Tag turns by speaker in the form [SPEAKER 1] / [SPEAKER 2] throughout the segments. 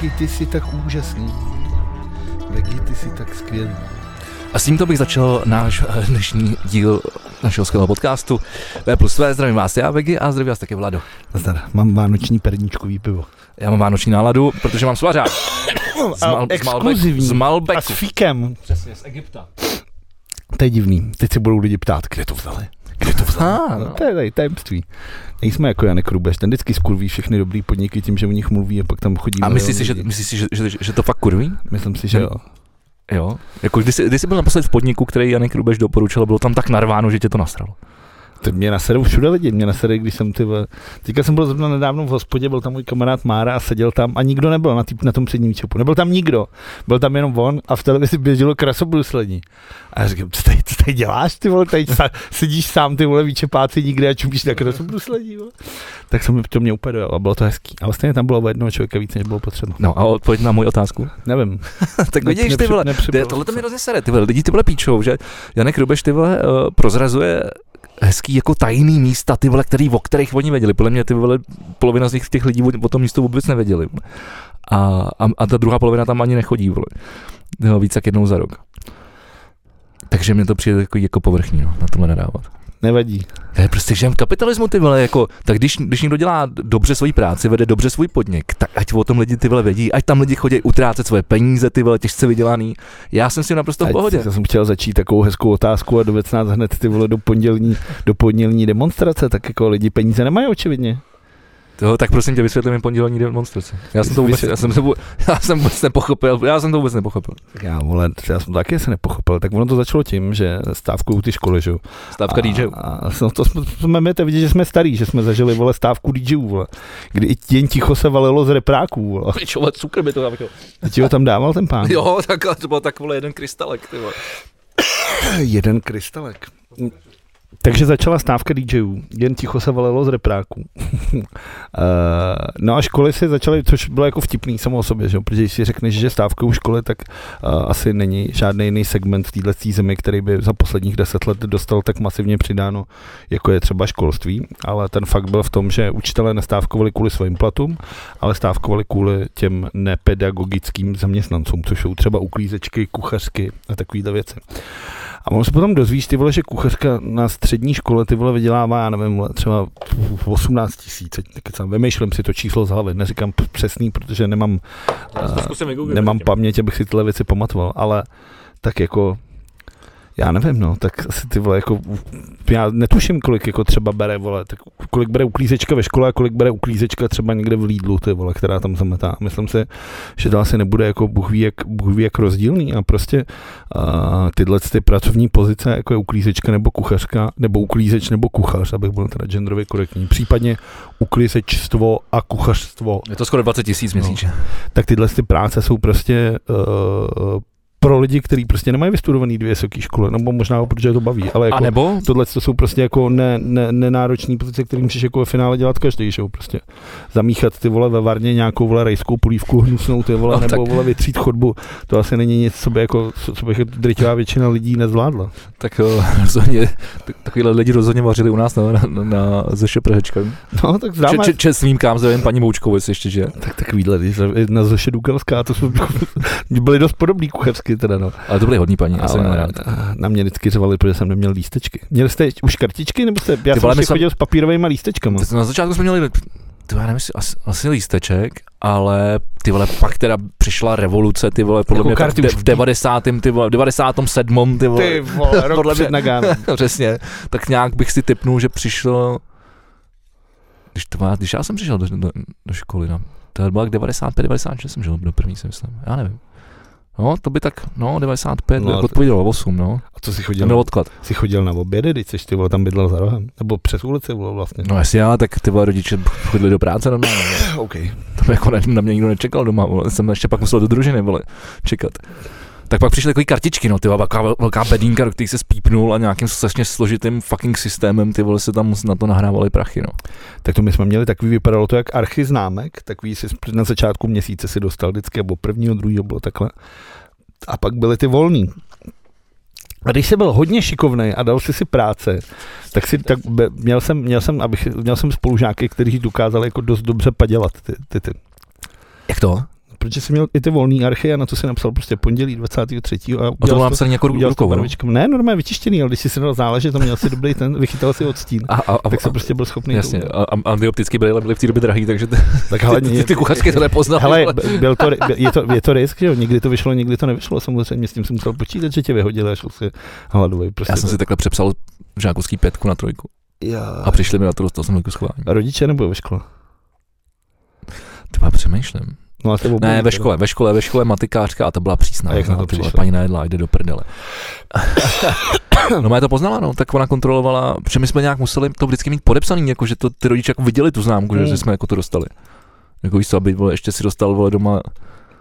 [SPEAKER 1] Vegy, ty jsi tak úžasný. Vegy, ty jsi tak skvělý.
[SPEAKER 2] A s tímto bych začal náš eh, dnešní díl našeho skvělého podcastu V E plus V. Zdravím vás já, Vegy, a zdravím vás taky Vlado.
[SPEAKER 1] Zdar, mám vánoční perničkový pivo.
[SPEAKER 2] Já mám vánoční náladu, protože mám svařák. Z,
[SPEAKER 1] No, A
[SPEAKER 2] Mal- z, Malbeku,
[SPEAKER 1] exkluzivní.
[SPEAKER 2] z
[SPEAKER 1] A
[SPEAKER 2] Malbeku.
[SPEAKER 1] s fíkem.
[SPEAKER 2] Přesně, z Egypta.
[SPEAKER 1] To je divný. Teď se budou lidi ptát, kde to vzali. Kde to vzali?
[SPEAKER 2] Ah, no.
[SPEAKER 1] To je tady tajemství. Nejsme jako Janek Rubeš, ten vždycky skurví všechny dobrý podniky tím, že o nich mluví a pak tam chodí.
[SPEAKER 2] A
[SPEAKER 1] milion
[SPEAKER 2] myslíš si, že,
[SPEAKER 1] lidí.
[SPEAKER 2] myslíš si, že, že, že to fakt kurví?
[SPEAKER 1] Myslím si, že jo.
[SPEAKER 2] Jo. Jako když jsi, když jsi byl naposled v podniku, který Janek Rubeš doporučil, bylo tam tak narváno, že tě to nasralo.
[SPEAKER 1] To mě naserou všude lidi, mě nasere, když jsem ty vole- Teďka jsem byl zrovna nedávno v hospodě, byl tam můj kamarád Mára a seděl tam a nikdo nebyl na, tý, na tom předním čepu. Nebyl tam nikdo, byl tam jenom on a v televizi běželo krasobruslení. A já říkám, co tady, co tady děláš ty vole, tady sa, sedíš sám ty vole výčepáci nikde a čumíš na krasobruslení. Vole. Tak jsem to mě úplně dojalo a bylo to hezký. Ale stejně tam bylo o jednoho člověka víc, než bylo potřeba.
[SPEAKER 2] No a odpověď na moji otázku.
[SPEAKER 1] Nevím.
[SPEAKER 2] tak
[SPEAKER 1] Nepři-
[SPEAKER 2] vidíš ty vole,
[SPEAKER 1] nepři-
[SPEAKER 2] ty, tohle to mi hrozně sere, ty vole, lidi ty vole píčou, že Janek Rubeš ty vole uh, prozrazuje hezký jako tajný místa, ty vole, který, o kterých oni věděli. Podle mě ty vole, polovina z nich, těch lidí o- o tom místu vůbec nevěděli. A, a, a ta druhá polovina tam ani nechodí, vole. No, víc jak jednou za rok. Takže mě to přijde jako, jako povrchní, no, na tohle nadávat.
[SPEAKER 1] Nevadí.
[SPEAKER 2] To je prostě žem kapitalismu, ty vole, jako, tak když, když někdo dělá dobře svoji práci, vede dobře svůj podnik, tak ať o tom lidi ty vole vědí, ať tam lidi chodí utrácet svoje peníze, ty vole, těžce vydělaný. Já jsem si naprosto v
[SPEAKER 1] Ať-
[SPEAKER 2] pohodě.
[SPEAKER 1] Já jsem chtěl začít takovou hezkou otázku a dovec nás hned ty vole do pondělní, do pondělní demonstrace, tak jako lidi peníze nemají očividně.
[SPEAKER 2] Jo, tak prosím tě, vysvětli mi pondělní demonstraci. Já jsem to vůbec, já jsem, to, vů- já jsem vůbec nepochopil, já jsem to vůbec nepochopil.
[SPEAKER 1] Tak Já, vole, já jsem to taky se nepochopil, tak ono to začalo tím, že stávkují ty školy, že jo.
[SPEAKER 2] Stávka DJ.
[SPEAKER 1] A, a, no to jsme, jsme my to vidět, že jsme starý, že jsme zažili, vole, stávku DJů, vole, kdy i jen ticho se valilo z repráků, vole.
[SPEAKER 2] Pičo, vole, cukr by to tam jako.
[SPEAKER 1] Teď ho tam dával ten pán.
[SPEAKER 2] Jo, tak to byl tak vole jeden krystalek, ty vole.
[SPEAKER 1] Jeden krystalek. Takže začala stávka DJů, jen ticho se valilo z repráků. Eh, no a školy si začaly, což bylo jako vtipný samo o sobě, že? jo, protože když si řekneš, že stávka u školy, tak eh, asi není žádný jiný segment v této zemi, který by za posledních deset let dostal tak masivně přidáno, jako je třeba školství, ale ten fakt byl v tom, že učitelé nestávkovali kvůli svým platům, ale stávkovali kvůli těm nepedagogickým zaměstnancům, což jsou třeba uklízečky, kuchařky a takovéhle věci. A on se potom dozvíš, ty vole, že kuchařka na střední škole ty vole vydělává, já nevím, vole, třeba 18 tisíc, tak sám vymýšlím si to číslo z hlavy, neříkám p- přesný, protože nemám, eh, nemám paměť, abych si tyhle věci pamatoval, ale tak jako, já nevím, no, tak asi ty vole, jako, já netuším, kolik jako třeba bere, vole, tak kolik bere uklízečka ve škole a kolik bere uklízečka třeba někde v Lidlu, ty vole, která tam zametá. Myslím si, že to asi nebude jako Bůh ví, jak, Bůh ví, jak rozdílný a prostě a tyhle ty pracovní pozice, jako je uklízečka nebo kuchařka, nebo uklízeč nebo kuchař, abych byl teda genderově korektní, případně uklízečstvo a kuchařstvo,
[SPEAKER 2] Je to skoro 20 tisíc měsíčně.
[SPEAKER 1] tak tyhle ty práce jsou prostě uh, pro lidi, kteří prostě nemají vystudovaný dvě vysoké školy, nebo možná protože je to baví, ale
[SPEAKER 2] A
[SPEAKER 1] jako
[SPEAKER 2] nebo
[SPEAKER 1] tohle to jsou prostě jako ne, ne, nenáročný pozice, který můžeš jako ve finále dělat každý, že jo, prostě zamíchat ty vole ve varně nějakou vole rejskou polívku, hnusnou ty vole,
[SPEAKER 2] No,
[SPEAKER 1] nebo
[SPEAKER 2] tak-
[SPEAKER 1] vole vytřít chodbu, to asi není nic, co by jako, co co by jako drtivá většina lidí nezvládla.
[SPEAKER 2] Tak jo, rozhodně, tak, takovýhle lidi rozhodně vařili u nás na, na, na, na ze šeprhečkem.
[SPEAKER 1] No, tak
[SPEAKER 2] Če,
[SPEAKER 1] zdáme,
[SPEAKER 2] če, če, svým kámzovým paní Moučkou, jestli ještě žije.
[SPEAKER 1] tak takovýhle, když se- na Zoše Dukalská, to jsou, byly dost podobný kuchařky teda, no.
[SPEAKER 2] Ale to byly hodní paní, já jsem měl rád.
[SPEAKER 1] na mě vždycky řvali, protože jsem neměl lístečky. Měli jste už kartičky, nebo jste, já
[SPEAKER 2] Ty
[SPEAKER 1] jsem
[SPEAKER 2] vole,
[SPEAKER 1] vole,
[SPEAKER 2] my jsme-
[SPEAKER 1] chodil s papírovými lístečkama.
[SPEAKER 2] Na začátku jsme měli, to já nevím, jestli asi, asi lísteček, ale ty vole, pak teda přišla revoluce, ty vole, podle
[SPEAKER 1] Jako
[SPEAKER 2] mě tak
[SPEAKER 1] karty
[SPEAKER 2] v, de,
[SPEAKER 1] už-
[SPEAKER 2] v 90. ty vole, v 97. ty vole.
[SPEAKER 1] Ty vole,
[SPEAKER 2] Podle
[SPEAKER 1] rok
[SPEAKER 2] mě-
[SPEAKER 1] před Nagánem.
[SPEAKER 2] Přesně, tak nějak bych si typnul, že přišlo, když, to má, když já jsem přišel do, do, do školy, no, to bylo jak 95, 96 jsem žil do první, si myslím, já nevím. No, to by tak, no, 95,
[SPEAKER 1] No,
[SPEAKER 2] no,
[SPEAKER 1] to-
[SPEAKER 2] odpovědělo 8, no,
[SPEAKER 1] A co jsi
[SPEAKER 2] to
[SPEAKER 1] chodil?
[SPEAKER 2] byl odklad.
[SPEAKER 1] Jsi chodil na obědy, když jsi ty vole tam bydlel za rohem. Nebo přes ulici bylo vlastně.
[SPEAKER 2] No jasně, ale tak ty vole rodiče chodili do práce normálně, no.
[SPEAKER 1] OK.
[SPEAKER 2] tam jako na, na mě nikdo nečekal doma, vole. jsem ještě pak musel do družiny, vole, čekat. Tak pak přišly takové kartičky, no, ty vole, velká, velká bedínka, do který se spípnul a nějakým strašně složitým fucking systémem, ty vole, se tam na to nahrávali prachy, no.
[SPEAKER 1] Tak to my jsme měli takový, vypadalo to jak archy známek, takový si sp- na začátku měsíce si dostal vždycky, nebo prvního, druhého bylo takhle. A pak byly ty volný. A když jsi byl hodně šikovný a dal jsi si práce, tak si tak be, měl jsem, měl jsem, abych, měl jsem spolužáky, kteří dokázali jako dost dobře padělat ty, ty, ty.
[SPEAKER 2] Jak to?
[SPEAKER 1] protože jsem měl i ty volný archy a na to si napsal prostě pondělí 23. A,
[SPEAKER 2] A to bylo
[SPEAKER 1] udělal jsi
[SPEAKER 2] napsané jako
[SPEAKER 1] udělal jsi to
[SPEAKER 2] rukou, no?
[SPEAKER 1] barvičkem. Ne, normálně vytištěný, ale když jsi si dal záležet, to měl si dobrý ten, vychytal si odstín.
[SPEAKER 2] A, a, a,
[SPEAKER 1] tak
[SPEAKER 2] a,
[SPEAKER 1] jsem prostě byl schopný to
[SPEAKER 2] jasně,
[SPEAKER 1] udělat.
[SPEAKER 2] a, a antioptické brýle byly v té době drahý, takže ty,
[SPEAKER 1] Tak
[SPEAKER 2] ty, ty, ty kuchařky to nepoznaly.
[SPEAKER 1] Hele,
[SPEAKER 2] vole.
[SPEAKER 1] b- byl to, ri- b- je, to, je to risk, že jo? Někdy to vyšlo, někdy to nevyšlo. Samozřejmě s tím jsem musel počítat, že tě vyhodili, až si hladový. Prostě
[SPEAKER 2] já jsem
[SPEAKER 1] to-
[SPEAKER 2] si takhle přepsal žákovský pětku na trojku
[SPEAKER 1] Já.
[SPEAKER 2] a přišli mi na to, dostal jsem jako schování.
[SPEAKER 1] A rodiče nebo ve škole?
[SPEAKER 2] Ty vole, přemýšlím.
[SPEAKER 1] No, a s tebou
[SPEAKER 2] Ne,
[SPEAKER 1] byli-
[SPEAKER 2] ve škole, ve škole, ve škole matikářka a ta byla přísná.
[SPEAKER 1] A jak na to
[SPEAKER 2] Ty vole,
[SPEAKER 1] přišla?
[SPEAKER 2] Paní najedla, jde do prdele. No, má to poznala, no, tak ona kontrolovala, protože my jsme nějak museli to vždycky mít podepsaný, jako že to ty rodiče jako viděli tu známku, že,
[SPEAKER 1] Hmm.
[SPEAKER 2] že jsme jako to dostali. Jako víš co, aby vole, ještě si dostal vole doma,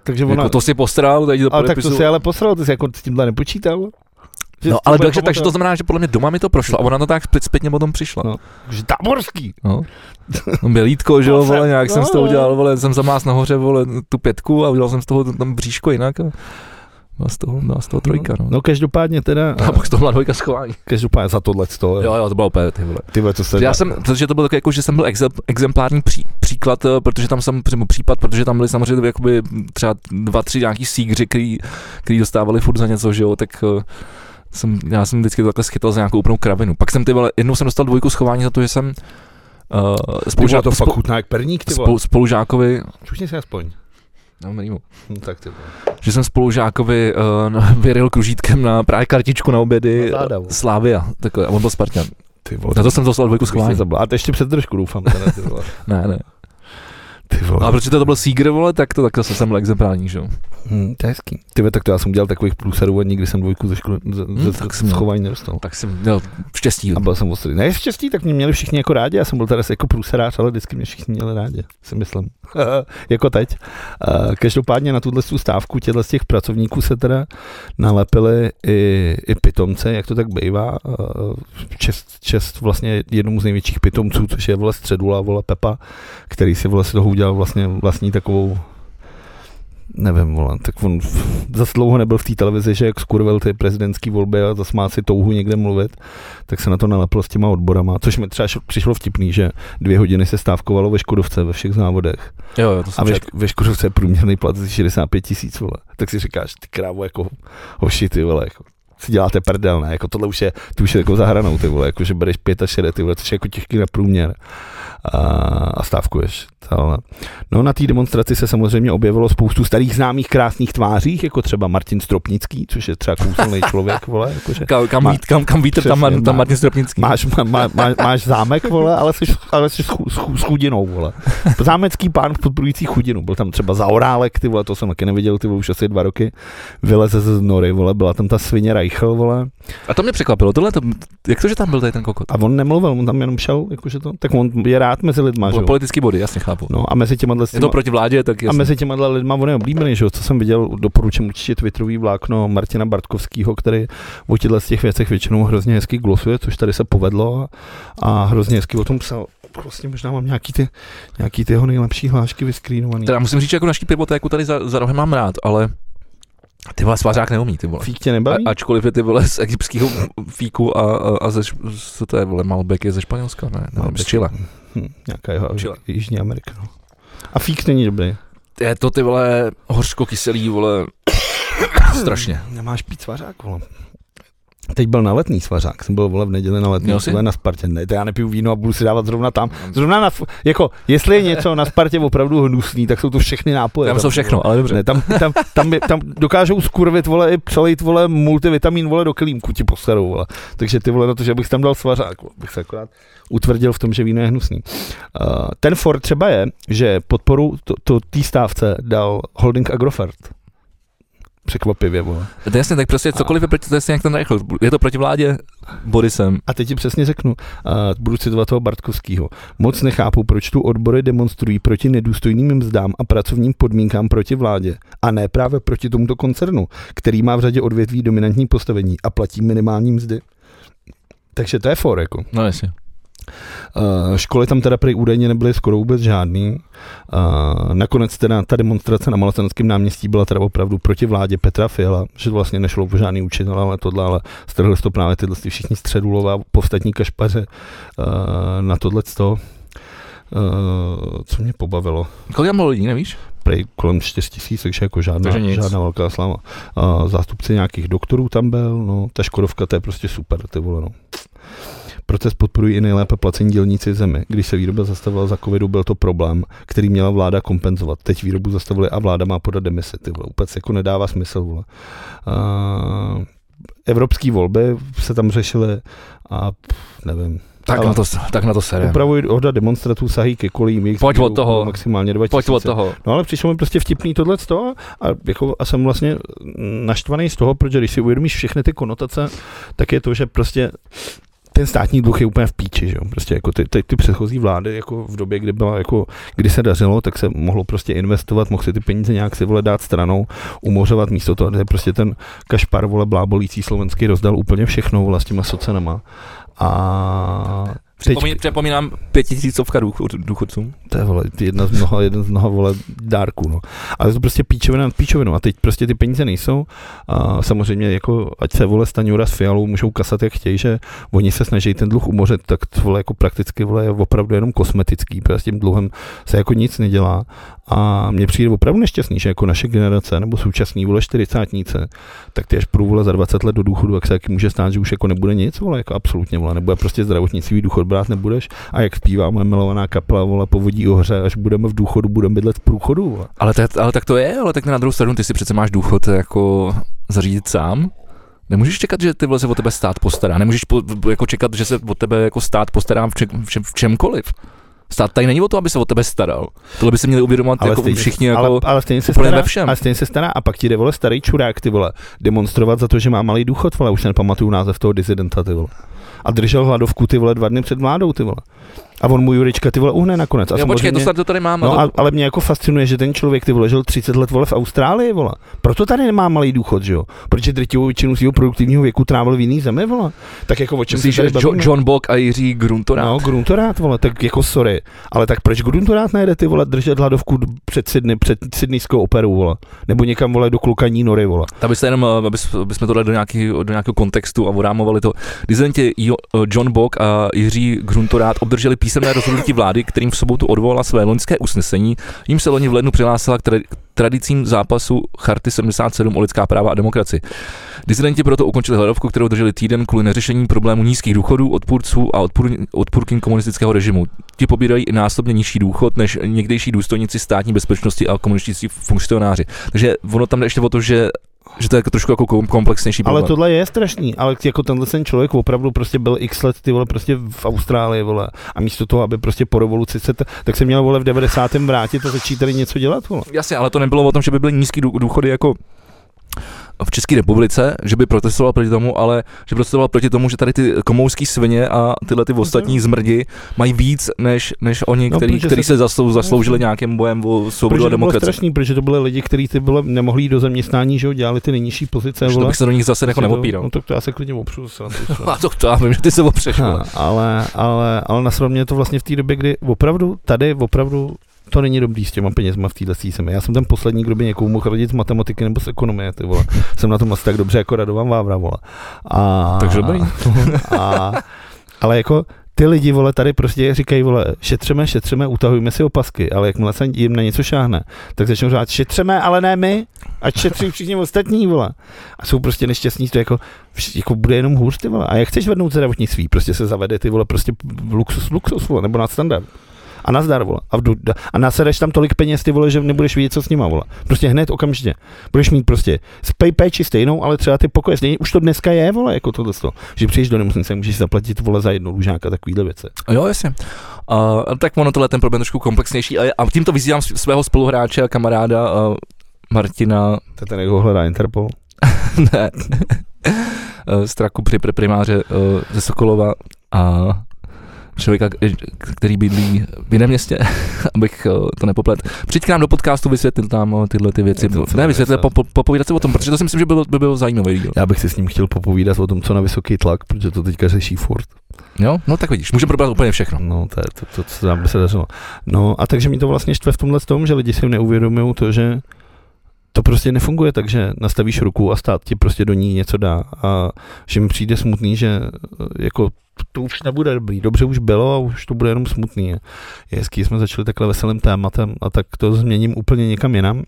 [SPEAKER 1] Takže ona,
[SPEAKER 2] jako to si postral, tady to
[SPEAKER 1] ale tak to
[SPEAKER 2] podepisu.
[SPEAKER 1] si ale posral, ty jsi jako s tímhle nepočítal. Že
[SPEAKER 2] No,
[SPEAKER 1] s tím
[SPEAKER 2] ale
[SPEAKER 1] bude
[SPEAKER 2] takže, takže to
[SPEAKER 1] pamatovat.
[SPEAKER 2] znamená, že podle mě doma mi to prošlo a ona to tak zpět, zpětně potom přišla.
[SPEAKER 1] No. Že táborský.
[SPEAKER 2] No. Bělítko, že
[SPEAKER 1] To
[SPEAKER 2] jo,
[SPEAKER 1] jsem-
[SPEAKER 2] vole, nějak jsem z toho
[SPEAKER 1] no,
[SPEAKER 2] udělal, vole, jsem zamás nahoře, vole, tu pětku a udělal jsem z toho tam bříško jinak a byla z toho, byla z toho trojka, no.
[SPEAKER 1] no každopádně teda, eh,
[SPEAKER 2] A pak to byla dvojka schování.
[SPEAKER 1] každopádně za tohle to,
[SPEAKER 2] Jo, jo, to bylo opět, ty vole.
[SPEAKER 1] ty vole, to se
[SPEAKER 2] Já jsem, protože to byl tak jako, že jsem byl exem- exemplární pří, příklad, eh, protože tam jsem, přímo případ, protože tam byly samozřejmě jakoby třeba dva, tři nějaký sígři, který, který dostávali furt za něco, že jo, tak eh, jsem, já jsem vždycky to takhle schytal za nějakou úplnou kravinu. Pak jsem ty vole, jednou jsem dostal dvojku schování za to, že jsem eh, uh,
[SPEAKER 1] Ty vole, to fakt
[SPEAKER 2] spolu,
[SPEAKER 1] chutná jak perník, ty vole.
[SPEAKER 2] spolu, spolužákovi,
[SPEAKER 1] Čušni se aspoň.
[SPEAKER 2] no, nevím,
[SPEAKER 1] No, tak ty vole.
[SPEAKER 2] že jsem spolužákovi uh, vyril kružítkem na právě kartičku na obědy eh,
[SPEAKER 1] Na záda, vole.
[SPEAKER 2] Slávia, takhle, a on byl Spartan.
[SPEAKER 1] Ty vole,
[SPEAKER 2] Na to jsem dostal dvojku schování.
[SPEAKER 1] to A to ještě před trošku doufám, teda, ty vole. No,
[SPEAKER 2] Ne, ne.
[SPEAKER 1] Ty vole.
[SPEAKER 2] A protože to byl Seager, vole, tak to takhle jsem byl exemplární, že jo.
[SPEAKER 1] Hmm, to je hezký. Ty ve, tak to já jsem dělal takových průserů a nikdy jsem dvojku ze, školy, ze, ze
[SPEAKER 2] tak
[SPEAKER 1] Hm, tak
[SPEAKER 2] jsem-
[SPEAKER 1] jsem schování nedostal.
[SPEAKER 2] Tak jsem měl štěstí.
[SPEAKER 1] A byl jsem ostrý. Ne, štěstí, tak mě měli všichni jako rádi. Já jsem byl teda jako průserář, ale vždycky mě všichni měli rádi, si myslím. jako teď. Eh, Každopádně na tuhle tu stávku těchto z těch pracovníků se teda nalepili i, i pitomce, jak to tak bývá. Eh, Čest, čest vlastně jednomu z největších pitomců, což je vole středula, vole Pepa, který si vole z toho udělal vlastně vlastní takovou nevím, vole, tak on za dlouho nebyl v té televizi, že jak skurvil ty prezidentské volby a zase má si touhu někde mluvit, tak se na to nalepil s těma odborama, což mi třeba šo- přišlo vtipný, že dvě hodiny se stávkovalo ve Škodovce ve všech závodech
[SPEAKER 2] Jo, jo, to
[SPEAKER 1] a
[SPEAKER 2] jsem
[SPEAKER 1] ve,
[SPEAKER 2] četl.
[SPEAKER 1] šk- ve Škodovce je průměrný plat asi 65 tisíc, vole. Tak si říkáš, ty krávo, jako hoši, ty vole, jako si děláte prdel, ne? Jako tohle už je, to už je jako za hranou, ty vole, jako že bereš 65, ty vole, což je jako těžký na průměr a, a stávkuješ. Ale. No na té demonstraci se samozřejmě objevilo spoustu starých známých krásných tváří, jako třeba Martin Stropnický, což je třeba kouzelný člověk, vole, jako jakože
[SPEAKER 2] Kam, kam,
[SPEAKER 1] Má-
[SPEAKER 2] vít, kam, kam vítr, tam,
[SPEAKER 1] Přesně,
[SPEAKER 2] Mar- tam
[SPEAKER 1] má-
[SPEAKER 2] Martin Stropnický.
[SPEAKER 1] Máš, má, má, má, máš zámek, vole, ale jsi, ale jsi s, chu, s, chu, s chudinou, vole. Zámecký pán podporující chudinu. Byl tam třeba Zaorálek, ty vole, to jsem taky neviděl, ty vole, už asi dva roky. Vyleze ze nory, vole, byla tam ta svině Reichel, vole.
[SPEAKER 2] A to mě překvapilo, tohle to, jak to, že tam byl tady ten kokot?
[SPEAKER 1] A on nemluvil, on tam jenom šel, jakože to, tak on je rád mezi lidma, že
[SPEAKER 2] Po,
[SPEAKER 1] jo.
[SPEAKER 2] politický body, jasně, chápu.
[SPEAKER 1] No a mezi těma
[SPEAKER 2] Je to proti vládě, tak
[SPEAKER 1] a
[SPEAKER 2] jasně.
[SPEAKER 1] mezi těma dle lidma on je oblíbený, že jo? Co jsem viděl, doporučím určitě Twitterový vlákno Martina Bartkovského, který o těchto z těch věcech většinou hrozně hezky glosuje, což tady se povedlo a, a hrozně hezky o tom psal. Vlastně možná mám nějaký ty, nějaký ty jeho nejlepší hlášky vyskrýnovaný.
[SPEAKER 2] Teda musím říct, že jako naší pivotéku tady za, za rohem mám rád, ale ty vole svařák neumí, ty vole.
[SPEAKER 1] Fík tě
[SPEAKER 2] A,
[SPEAKER 1] nebaví? A,
[SPEAKER 2] ačkoliv je ty vole z egyptského fíku a, a, a ze, š- co to je, vole, Malbec je ze Španělska, ne, nevím,
[SPEAKER 1] Malbec.
[SPEAKER 2] z Chile.
[SPEAKER 1] No, hm, nějaká jeho
[SPEAKER 2] Chile.
[SPEAKER 1] Jižní Amerika. No. A fík není dobrý.
[SPEAKER 2] Je to ty vole hořko kyselý, vole, strašně.
[SPEAKER 1] Hm, Nemáš pít svařák, vole. Teď byl na letný svařák, jsem byl vole v neděli na letný,
[SPEAKER 2] Měl jsi?
[SPEAKER 1] vole, na Spartě. Ne, to já nepiju víno a budu si dávat zrovna tam. Zrovna na, f- jako, jestli je něco na Spartě opravdu hnusný, tak jsou to všechny nápoje.
[SPEAKER 2] Tam jsou všechno, No, ale dobře.
[SPEAKER 1] Ne, tam, tam, tam, je- tam, dokážou skurvit, vole, i přelejt, vole, multivitamin, vole, do kelímku ti poserou, vole. Takže ty, vole, na to, že bych tam dal svařák, vole, bych se akorát utvrdil v tom, že víno je hnusný. Uh, ten for třeba je, že podporu to, to tý stávce dal holding Agrofert. Překvapivě, vole.
[SPEAKER 2] To jasně, tak prostě cokoliv je proti, to je jasně jak ten Reichl. Je to proti vládě, Borisem.
[SPEAKER 1] A teď ti přesně řeknu, uh, budu citovat toho Bartkovského. Moc nechápu, proč tu odbory demonstrují proti nedůstojným mzdám a pracovním podmínkám proti vládě. A ne právě proti tomuto koncernu, který má v řadě odvětví dominantní postavení a platí minimální mzdy. Takže to je for, jako.
[SPEAKER 2] No jasně.
[SPEAKER 1] Uh, školy tam teda prý údajně nebyly skoro vůbec žádný. Uh, nakonec teda ta demonstrace na Malacenském náměstí byla teda opravdu proti vládě Petra Fiala, že vlastně nešlo o žádný učitel, ale tohle, ale strhli to právě tyhle ty všichni středulová, povstatní kašpaře uh, na tohle to. Uh, co mě pobavilo?
[SPEAKER 2] Kolik tam bylo lidí, nevíš?
[SPEAKER 1] prej kolem 4 tisíc, takže jako žádná,
[SPEAKER 2] Takže nic.
[SPEAKER 1] žádná velká sláva. A zástupce nějakých doktorů tam byl, no, ta Škodovka, to je prostě super, ty vole, no. Proces podporují i nejlépe placení dělníci v zemi. Když se výroba zastavila za covidu, byl to problém, který měla vláda kompenzovat. Teď výrobu zastavili a vláda má podat demisi. Ty vole, vůbec jako nedává smysl. Vole. A, evropský volby se tam řešily a pff, nevím.
[SPEAKER 2] Tak,
[SPEAKER 1] Ale-
[SPEAKER 2] na to, tak na to serem.
[SPEAKER 1] Upravují odhad demonstrantů sahají ke kolím. jejich
[SPEAKER 2] Pojď
[SPEAKER 1] sbírů
[SPEAKER 2] od toho.
[SPEAKER 1] bylo Maximálně 2000.
[SPEAKER 2] Pojď od toho.
[SPEAKER 1] No ale přišlo mi prostě vtipný tohle a, jako, a jsem vlastně naštvaný z toho, protože když si uvědomíš všechny ty konotace, tak je to, že prostě ten státní dluh je úplně v píči, že jo? Prostě jako ty, ty, ty předchozí vlády, jako v době, kdy, byla, jako, kdy se dařilo, tak se mohlo prostě investovat, mohl si ty peníze nějak si vole dát stranou, umořovat místo toho, že prostě ten kašpar vole blábolící slovenský rozdal úplně všechno vole s těma socenama. A teď,
[SPEAKER 2] Připomín, připomínám pětitisícovka důchod, důchodcům.
[SPEAKER 1] to je vole, ty jedna z mnoha, jeden z mnoha vole dárků, no. Ale je to prostě píčovina nad píčovinou a teď prostě ty peníze nejsou a samozřejmě jako ať se vole Staňura s Fialou můžou kasat jak chtějí, že oni se snaží ten dluh umořit, tak to vole jako prakticky vole je opravdu jenom kosmetický, protože s tím dluhem se jako nic nedělá a mně přijde opravdu nešťastný, že jako naše generace nebo současní vole čtyřicátnice, tak ty až prů vole za 20 let do důchodu, jak se taky může stát, že už jako nebude nic, vole, jako absolutně vole, nebude prostě zdravotnictví důchod brát nebudeš a jak zpívá moje milovaná kapela, vole, povodí o hře, až budeme v důchodu, budeme bydlet v průchodu, vole.
[SPEAKER 2] Ale, to, ale tak to je, ale tak na druhou stranu ty si přece máš důchod jako zařídit sám. Nemůžeš čekat, že ty vole se o tebe stát postará. Nemůžeš po, jako čekat, že se o tebe jako stát postará v, če, v, čem, v čemkoliv. Stát tady není o to, aby se o tebe staral. Tohle by se měli uvědomovat jako všichni jako...
[SPEAKER 1] ale, ale stejně se
[SPEAKER 2] úplně
[SPEAKER 1] stará,
[SPEAKER 2] ve všem.
[SPEAKER 1] Ale stejně se stará a pak ti jde, vole, starý čurák, ty vole, demonstrovat za to, že má malý důchod, vole, už se nepamatuju název toho dizidenta, ty vole. A držel hladovku, ty vole, dva dny před vládou, ty vole. A on mu Jurička, ty vole, uhne nakonec. A
[SPEAKER 2] jo, počkej, to,
[SPEAKER 1] samozřejmě-
[SPEAKER 2] snad to tady mám.
[SPEAKER 1] No,
[SPEAKER 2] to,
[SPEAKER 1] a, ale mě jako fascinuje, že ten člověk ty vole žil 30 let vole v Austrálii, vole. Proto tady nemá malý důchod, že jo? Protože drtivou většinu svého produktivního věku trávil v jiný zemi, vole. Tak jako o čem
[SPEAKER 2] Myslíš,
[SPEAKER 1] se
[SPEAKER 2] že
[SPEAKER 1] tady
[SPEAKER 2] jo,
[SPEAKER 1] bavíme?
[SPEAKER 2] John Bock a Jiří Gruntorát?
[SPEAKER 1] No, Gruntorát, vole, tak jako sorry. Ale tak proč Gruntorát najde ty vole držet hladovku d- před Sydney, před Sydneyskou operou, vole? Nebo někam, vole, do klukaní nory, vole?
[SPEAKER 2] Aby se jenom, eh, aby, s- aby jsme to dali do, nějaký, do nějakého kontextu a orámovali to. Dizidenti Jo- eh, John Bock a Jiří Gruntorát obdrželi písemné rozhodnutí vlády, kterým v sobotu odvolala své loňské usnesení. Jím se loni v lednu přihlásila k tra- k tradicím zápasu Charty 77 o lidská práva a demokracii. Dizidenti proto ukončili hledovku, kterou drželi týden kvůli neřešení problému nízkých důchodů, odpůrců a odpůr, odpůrkyn komunistického režimu. Ti pobírají i násobně nižší důchod než někdejší důstojníci státní bezpečnosti a komunističtí funkcionáři. Takže ono tam jde ještě o to, že že to je jako trošku jako kom- komplexnější
[SPEAKER 1] Ale
[SPEAKER 2] problém.
[SPEAKER 1] tohle je strašný, ale jako tenhle ten člověk opravdu prostě byl x let ty vole prostě v Austrálii vole a místo toho, aby prostě po revoluci se, t- tak se měl vole v 90. vrátit a začít tady něco dělat vole.
[SPEAKER 2] Jasně, ale to nebylo o tom, že by byly nízký dů- důchody jako v České republice, že by protestoval proti tomu, ale že protestoval proti tomu, že tady ty komouský svině a tyhle ty ostatní zmrdi mají víc než, než oni,
[SPEAKER 1] Mhm. No,
[SPEAKER 2] no, který,
[SPEAKER 1] protože
[SPEAKER 2] který
[SPEAKER 1] se-
[SPEAKER 2] se zaslou, zasloužili nějakým bojem o svobodu a
[SPEAKER 1] Protože to bylo
[SPEAKER 2] demokracii.
[SPEAKER 1] strašný, protože to byly lidi, kteří ty vole, nemohli jít do zaměstnání, že jo, dělali ty nejnižší pozice.
[SPEAKER 2] Že to
[SPEAKER 1] Vole.
[SPEAKER 2] bych se do nich zase jako
[SPEAKER 1] Prostě to-
[SPEAKER 2] neopíral.
[SPEAKER 1] No tak to já se klidně opřu se na to, co.
[SPEAKER 2] A to, to já vím, že ty se opřeš.
[SPEAKER 1] Ha,
[SPEAKER 2] vole.
[SPEAKER 1] ale, ale, ale nasral mě to vlastně v té době, kdy opravdu tady opravdu to není dobrý s těma penězma v téhle zemi. Já jsem ten poslední, kdo by někomu mohl radit z matematiky nebo z ekonomie, ty vole. Jsem na tom asi tak dobře jako Radovan Vávra, vole. A,
[SPEAKER 2] Takže dobrý.
[SPEAKER 1] A, ale jako ty lidi, vole, tady prostě říkají, vole, šetřeme, šetřeme, utahujme si opasky, ale jakmile se jim na něco šáhne, tak začnou řád, šetřeme, ale ne my, a šetří všichni ostatní, vole. A jsou prostě nešťastní, to jako, vš- jako bude jenom hůř, ty vole. A jak chceš vednout zdravotnictví, prostě se zavede, ty vole, prostě luxus, luxus, vole, nebo nadstandard. A nazdar, vole. A, vdu, a nasereš tam tolik peněz, ty vole, že nebudeš vědět, co s nima, vole. Prostě hned okamžitě. Budeš mít prostě s pay péči stejnou, ale třeba ty pokoje stejně, už to dneska je, vole, jako tohle to. Že přijdeš do nemocnice, můžeš zaplatit, vole, za jednu lůžáka, takovýhle věci.
[SPEAKER 2] Jo, jasně. A, tak ono tohle je ten problém trošku komplexnější a, a tímto vyzývám s- svého spoluhráče a kamaráda a Martina
[SPEAKER 1] To ten jako hledá Interpol.
[SPEAKER 2] ne. Eh, Straku pri, pri primáře eh, ze Sokolova a člověka, k- k- který bydlí v jiném městě, abych eh, to nepoplet. Přijď k nám do podcastu, vysvětlit nám eh, tyhle ty věci.
[SPEAKER 1] Je to celé
[SPEAKER 2] Ne, vysvětlit,
[SPEAKER 1] věc,
[SPEAKER 2] po, po, popovídat se o tom, protože to si myslím, že by bylo, by bylo zajímavý díl.
[SPEAKER 1] Já bych si s ním chtěl popovídat o tom, co na vysoký tlak, protože to teďka řeší furt.
[SPEAKER 2] Jo? No tak vidíš, můžeme probrat úplně všechno.
[SPEAKER 1] No, to je to, to, co nám by se dařilo. No a takže mi to vlastně štve v tomhle tom, že lidi si neuvědomují to, že to prostě nefunguje tak, že nastavíš ruku a stát ti prostě do ní něco dá. A že mi přijde smutný, že eh, jako to už nebude dobrý. Dobře už bylo a už to bude jenom smutný. Je hezký, jsme začali takhle veselým tématem a tak to změním úplně někam jinam.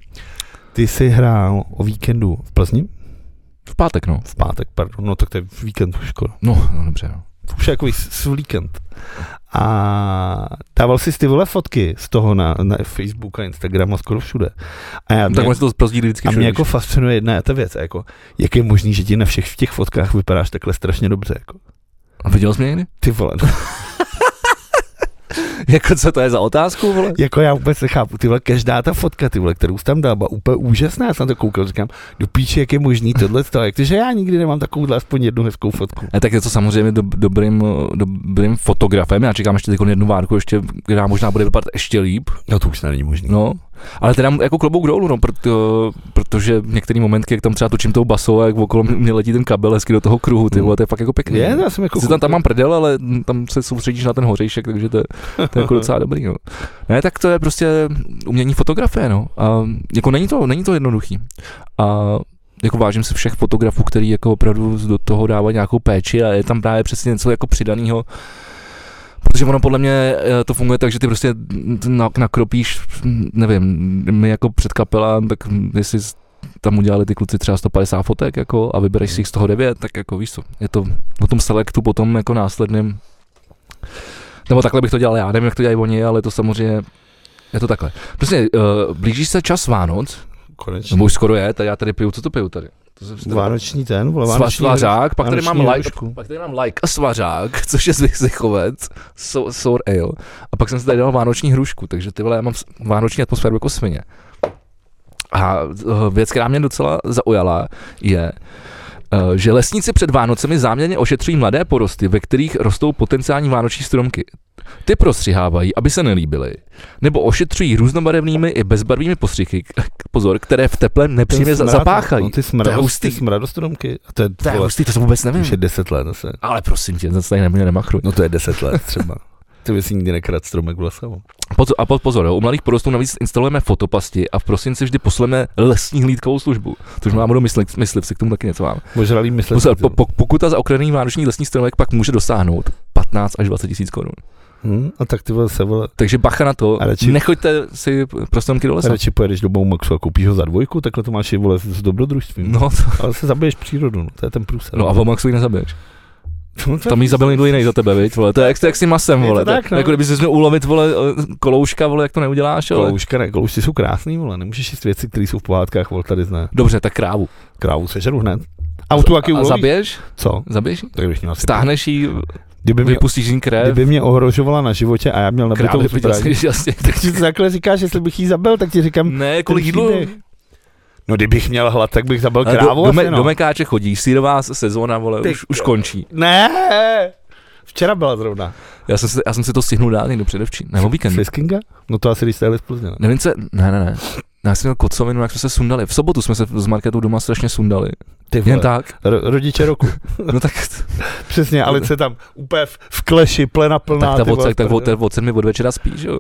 [SPEAKER 1] Ty jsi hrál o víkendu v Plzni?
[SPEAKER 2] V pátek, no.
[SPEAKER 1] V pátek, pardon. No tak to je víkend už skoro.
[SPEAKER 2] No, no dobře, no.
[SPEAKER 1] Už je takový s- s víkend. A dával si ty vole fotky z toho na, na Facebook a Instagram a skoro všude. A já,
[SPEAKER 2] no tak on si to prozdílí vždycky
[SPEAKER 1] a
[SPEAKER 2] všude,
[SPEAKER 1] mě jako
[SPEAKER 2] víš.
[SPEAKER 1] fascinuje jedna ta věc, jako, jak je možný, že ti na všech v těch fotkách vypadáš takhle strašně dobře, jako.
[SPEAKER 2] A viděl jsi mě někdy?
[SPEAKER 1] Ty vole, no,
[SPEAKER 2] Jako co to je za otázku, vole?
[SPEAKER 1] jako já vůbec nechápu, ty vole, každá ta fotka, ty vole, kterou jsi tam dal, byla úplně úžasná, já jsem na to koukal, říkám, do píči, jak je možný tohle, to, jak to, že já nikdy nemám takovouhle aspoň jednu hezkou fotku.
[SPEAKER 2] Ne, tak je to samozřejmě dob- dobrým, eh, dobrým fotografem. Já čekám ještě teď jednu várku, ještě, která možná bude vypadat ještě líp.
[SPEAKER 1] No to už není možný.
[SPEAKER 2] No, ale teda jako klobouk dolů, no, proto, protože některý momentky, jak tam třeba točím tou basou a jak okolo mě letí ten kabel hezky do toho kruhu, ty
[SPEAKER 1] Hmm.
[SPEAKER 2] vole, to je fakt jako pěkný.
[SPEAKER 1] Je, já jsem jako...
[SPEAKER 2] Sice tam, tam mám prdel, ale tam se soustředíš na ten hořejšek, takže to, je- to je jako docela dobrý. No. Ne, tak to je prostě umění fotografie, no. A jako není to, není to jednoduchý. A jako vážím si všech fotografů, který jako opravdu do toho dává nějakou péči a je tam právě přesně něco jako přidaného. Protože ono podle mě eh, to funguje tak, že ty prostě na- nakropíš, nevím, my jako předkapela, tak jestli tam udělali ty kluci třeba 150 fotek jako, a vybereš si jich z toho 9, tak jako víš co, je to o tom selektu potom jako následným. Nebo takhle bych to dělal já, nevím, jak to dělají oni, ale to samozřejmě je to takhle. Prostě uh, blíží se čas Vánoc,
[SPEAKER 1] Konečně.
[SPEAKER 2] nebo už skoro je, tady já tady piju, co to piju tady? To jsem si tady-
[SPEAKER 1] Vánoční ten, vole,
[SPEAKER 2] Sva,
[SPEAKER 1] vánoční...
[SPEAKER 2] svařák, pak tady mám
[SPEAKER 1] vánoční
[SPEAKER 2] like,
[SPEAKER 1] hrušku.
[SPEAKER 2] pak tady mám like a svařák, což je zvychovec, so, sour ale. A pak jsem si tady dal vánoční hrušku, takže ty vole, já mám s- vánoční atmosféru jako svině. A eh, věc, která mě docela zaujala, je, eh, že lesníci před Vánocemi záměrně ošetřují mladé porosty, ve kterých rostou potenciální vánoční stromky. Ty prostřihávají, aby se nelíbily, nebo ošetřují různobarevnými i bezbarvými postřiky, k- pozor, které v teplem
[SPEAKER 1] Ten
[SPEAKER 2] nepřímě
[SPEAKER 1] smrad,
[SPEAKER 2] zapáchají.
[SPEAKER 1] No, ty
[SPEAKER 2] To je
[SPEAKER 1] smradost,
[SPEAKER 2] hustý.
[SPEAKER 1] ty smradostromky. A to je,
[SPEAKER 2] To je
[SPEAKER 1] vole,
[SPEAKER 2] hustý, to vůbec nevím.
[SPEAKER 1] už je 10 let zase.
[SPEAKER 2] Ale prosím tě, zase tady na mě nemachruj.
[SPEAKER 1] No to je 10 let třeba. Ty bys nikdy nekrát stromek v lese. vole.
[SPEAKER 2] Pozor, a po- pozor, jo, u mladých porostů navíc instalujeme fotopasti a v prosinci vždy posleme lesní hlídkovou službu. Což mám budu myslet, myslivci, k tomu taky něco mám.
[SPEAKER 1] Možralý myslet.
[SPEAKER 2] Pozor, po, po, pokuta za okradený vánoční lesní stromek pak může dosáhnout 15 až 20 tisíc korun.
[SPEAKER 1] Hm, a tak ty vole se vole.
[SPEAKER 2] Takže bacha na to,
[SPEAKER 1] A radši-
[SPEAKER 2] nechoďte si prostomky do
[SPEAKER 1] A
[SPEAKER 2] lesa.
[SPEAKER 1] radši pojedeš do Baumaxu a koupíš ho za dvojku, takhle to máš i vole s dobrodružstvím.
[SPEAKER 2] No, to,
[SPEAKER 1] Ale se zabiješ přírodu, no, to je ten průser.
[SPEAKER 2] no a Vomaxu ji nezabiješ.
[SPEAKER 1] No, to-
[SPEAKER 2] Tam jí zabil někdo jiný za tebe, viď, vole. To je jak, to je jak s tím masem,
[SPEAKER 1] Je to
[SPEAKER 2] vole. To je-
[SPEAKER 1] tak, no.
[SPEAKER 2] Jako kdyby si měl ulovit, vole, eh, kolouška, vole, jak to neuděláš, ale...
[SPEAKER 1] Kolouška, ne, koloušky jsou krásný, vole, nemůžeš jíst věci, které jsou v pohádkách, vole, tady zná.
[SPEAKER 2] Dobře, tak krávu.
[SPEAKER 1] Krávu sežeru hned. A u tu jaký
[SPEAKER 2] a, a
[SPEAKER 1] ulovíš?
[SPEAKER 2] zabiješ?
[SPEAKER 1] Co?
[SPEAKER 2] Zabiješ? jí?
[SPEAKER 1] Tak bych měl asi...
[SPEAKER 2] Stáhneš jí,
[SPEAKER 1] Kdyby mě,
[SPEAKER 2] vypustíš jí krev,
[SPEAKER 1] kdyby mě ohrožovala na životě a já měl nabitou
[SPEAKER 2] Krávy, viděl
[SPEAKER 1] zbraň.
[SPEAKER 2] jsi, jasně.
[SPEAKER 1] Tak ti to takhle říkáš, jestli bych jí zabil, tak ti říkám,
[SPEAKER 2] Ne, kolik
[SPEAKER 1] ten
[SPEAKER 2] jídlo?
[SPEAKER 1] příběh. No kdybych měl hlad, tak bych zabil
[SPEAKER 2] Ale vlastně,
[SPEAKER 1] krávu
[SPEAKER 2] do, do,
[SPEAKER 1] asi,
[SPEAKER 2] me,
[SPEAKER 1] no.
[SPEAKER 2] do Mekáče chodí, sírová sezóna, vole,
[SPEAKER 1] Ty
[SPEAKER 2] už, už
[SPEAKER 1] jo.
[SPEAKER 2] končí.
[SPEAKER 1] Ne, včera byla zrovna.
[SPEAKER 2] Já jsem, si, já jsem si to stihnul dát někdo předevčím, nebo víkend.
[SPEAKER 1] Sliskinga? No to asi když jste jeli z Plzně, ne?
[SPEAKER 2] Nevím, co, ne, ne, ne. Já jsem měl kocovinu, jak jsme se sundali. V sobotu jsme se z marketu doma strašně sundali.
[SPEAKER 1] Ty
[SPEAKER 2] Jen tak.
[SPEAKER 1] Ro- rodiče roku.
[SPEAKER 2] No tak,
[SPEAKER 1] Přesně, ale se tam úplně v, v kleši, plena plná.
[SPEAKER 2] tak, ta
[SPEAKER 1] ty
[SPEAKER 2] od,
[SPEAKER 1] vole,
[SPEAKER 2] tak, tak od,
[SPEAKER 1] prdel.
[SPEAKER 2] tak od sedmi od večera spíš, jo.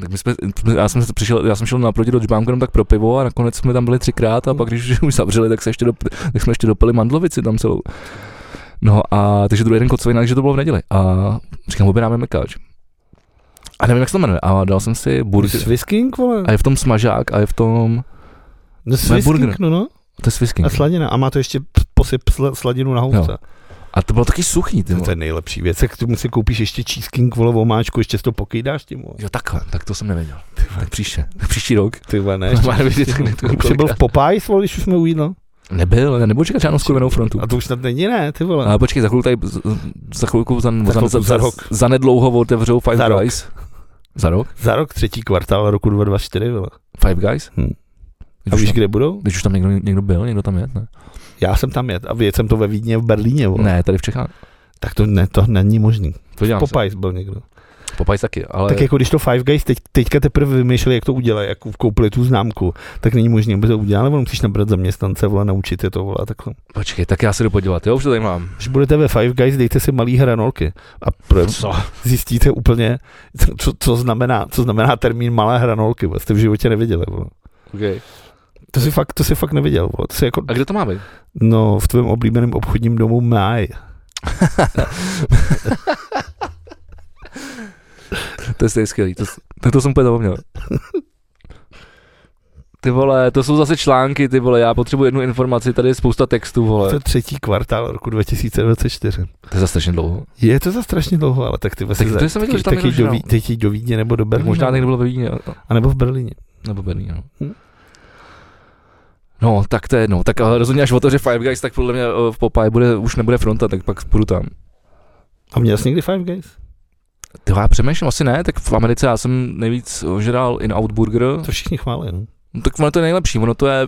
[SPEAKER 2] Tak my jsme, já jsem se přišel, já jsem šel naproti do Džbánku jenom tak pro pivo a nakonec jsme tam byli třikrát a pak když už zavřeli, tak, se ještě do, tak jsme ještě dopili mandlovici tam celou. No a takže druhý den kocovina, takže to bylo v neděli. A říkám, objednáme mekáč. A nevím, jak se to jmenuje. A dal jsem si burger.
[SPEAKER 1] Slisking, no. vole?
[SPEAKER 2] A je v tom smažák a je v tom...
[SPEAKER 1] No
[SPEAKER 2] burger.
[SPEAKER 1] Slisking, no, no.
[SPEAKER 2] To je svisky.
[SPEAKER 1] A sladina. A má to ještě p- posyp sl- sladinu na housce.
[SPEAKER 2] A to bylo taky suchý, ty
[SPEAKER 1] No, to
[SPEAKER 2] vole.
[SPEAKER 1] je nejlepší věc. Jak k tomu si koupíš ještě cheesecake, vole, omáčku, ještě si to pokýdáš tím, vole.
[SPEAKER 2] Jo, takhle, tak to jsem nevěděl. Tak příště, tak příští rok.
[SPEAKER 1] Ty vole, ne.
[SPEAKER 2] Má nevědět, kde to
[SPEAKER 1] Už jsi byl v Popeyes, vole, když už jsme u jídla?
[SPEAKER 2] Nebyl, nebudu čekat žádnou skurvenou frontu.
[SPEAKER 1] A to už snad není, ne, ty vole.
[SPEAKER 2] Ale počkej, za chvilku tady, z- za chvilku, za, za,
[SPEAKER 1] chvilku, za
[SPEAKER 2] za, za,
[SPEAKER 1] rok.
[SPEAKER 2] za nedlouho otevřou Five
[SPEAKER 1] Za rok.
[SPEAKER 2] Guys. Za rok?
[SPEAKER 1] Za rok třetí kvartál roku 2024, vole.
[SPEAKER 2] Five Guys?
[SPEAKER 1] Hm.
[SPEAKER 2] Když,
[SPEAKER 1] A
[SPEAKER 2] už
[SPEAKER 1] víš,
[SPEAKER 2] tam,
[SPEAKER 1] kde budou?
[SPEAKER 2] když už tam někdo, někdo byl, někdo tam je, ne?
[SPEAKER 1] Já jsem tam jet a věděl jsem to ve Vídně v Berlíně, vole.
[SPEAKER 2] Ne, tady v Čechách.
[SPEAKER 1] Tak to, ne, to není možný.
[SPEAKER 2] To dělám Popaj.
[SPEAKER 1] Popeyes byl někdo.
[SPEAKER 2] Se. Popaj taky, ale...
[SPEAKER 1] Tak jako když to Five Guys teď, teďka teprve vymýšleli, jak to udělají, jak koupili tu známku, tak není možné, aby to udělali, ono musíš nabrat zaměstnance, vole, naučit je to, vole, a takhle.
[SPEAKER 2] Počkej, tak já se jdu podívat, jo, už to tady mám.
[SPEAKER 1] Když budete ve Five Guys, dejte si malý hranolky a pro,
[SPEAKER 2] Co?
[SPEAKER 1] zjistíte úplně, co- co, co, znamená, co znamená termín malé hranolky, vole, jste v životě neviděli, vole.
[SPEAKER 2] Okay.
[SPEAKER 1] To si fakt, to si fakt neviděl. vole. To si jako,
[SPEAKER 2] A kde to má být?
[SPEAKER 1] no, v tvém oblíbeném obchodním domu Máj.
[SPEAKER 2] To je stejně skvělý, to, tak to jsem úplně zapomněl. Ty vole, to jsou zase články, ty vole, já potřebuji jednu informaci, tady je spousta textů,
[SPEAKER 1] To
[SPEAKER 2] vole.
[SPEAKER 1] je třetí kvartál roku 2024.
[SPEAKER 2] To je za strašně dlouho.
[SPEAKER 1] Je to za strašně dlouho, ale tak ty
[SPEAKER 2] Tak
[SPEAKER 1] se
[SPEAKER 2] to jsem viděl, že tam
[SPEAKER 1] tak
[SPEAKER 2] je
[SPEAKER 1] jdi do,
[SPEAKER 2] rožná.
[SPEAKER 1] Ví- teď jdi do Vídně nebo do
[SPEAKER 2] Tak
[SPEAKER 1] Berlína.
[SPEAKER 2] možná někdo byl ve Vídně, a-
[SPEAKER 1] A nebo v Berlíně.
[SPEAKER 2] nebo Berlín, no.
[SPEAKER 1] Hm.
[SPEAKER 2] No, tak to je jedno. Tak ale rozhodně až o to, že Five Guys, tak podle mě eh, v Popeye bude, už nebude fronta, tak pak půjdu tam.
[SPEAKER 1] A měl jsi někdy Five Guys?
[SPEAKER 2] Ty vole, já přemýšlím, asi ne, tak v Americe já jsem nejvíc žral in-out burger.
[SPEAKER 1] To všichni chválí, no.
[SPEAKER 2] No, tak ono to je nejlepší, ono to je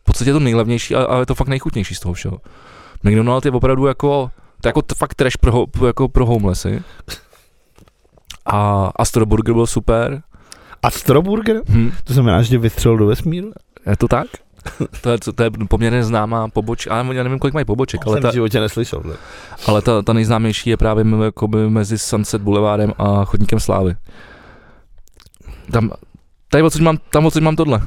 [SPEAKER 2] v podstatě to nejlevnější, a- ale je to fakt nejchutnější z toho všeho. McDonald's je opravdu jako, to je jako t- fakt trash pro, ho- jako pro homelessy. A Astro Burger byl super.
[SPEAKER 1] A Stroburger?
[SPEAKER 2] Hm.
[SPEAKER 1] To znamená, že tě vystřelil do vesmíru?
[SPEAKER 2] Je to tak? To je, to je poměrně známá poboč, ale já nevím, kolik mají poboček, ale
[SPEAKER 1] jsem
[SPEAKER 2] ta,
[SPEAKER 1] v životě neslyšel. Ne?
[SPEAKER 2] ale ta, ta nejznámější je právě m- jakoby mezi Sunset Boulevardem a Chodníkem Slávy. Tam, tady odsud mám, tam odsud mám tohle.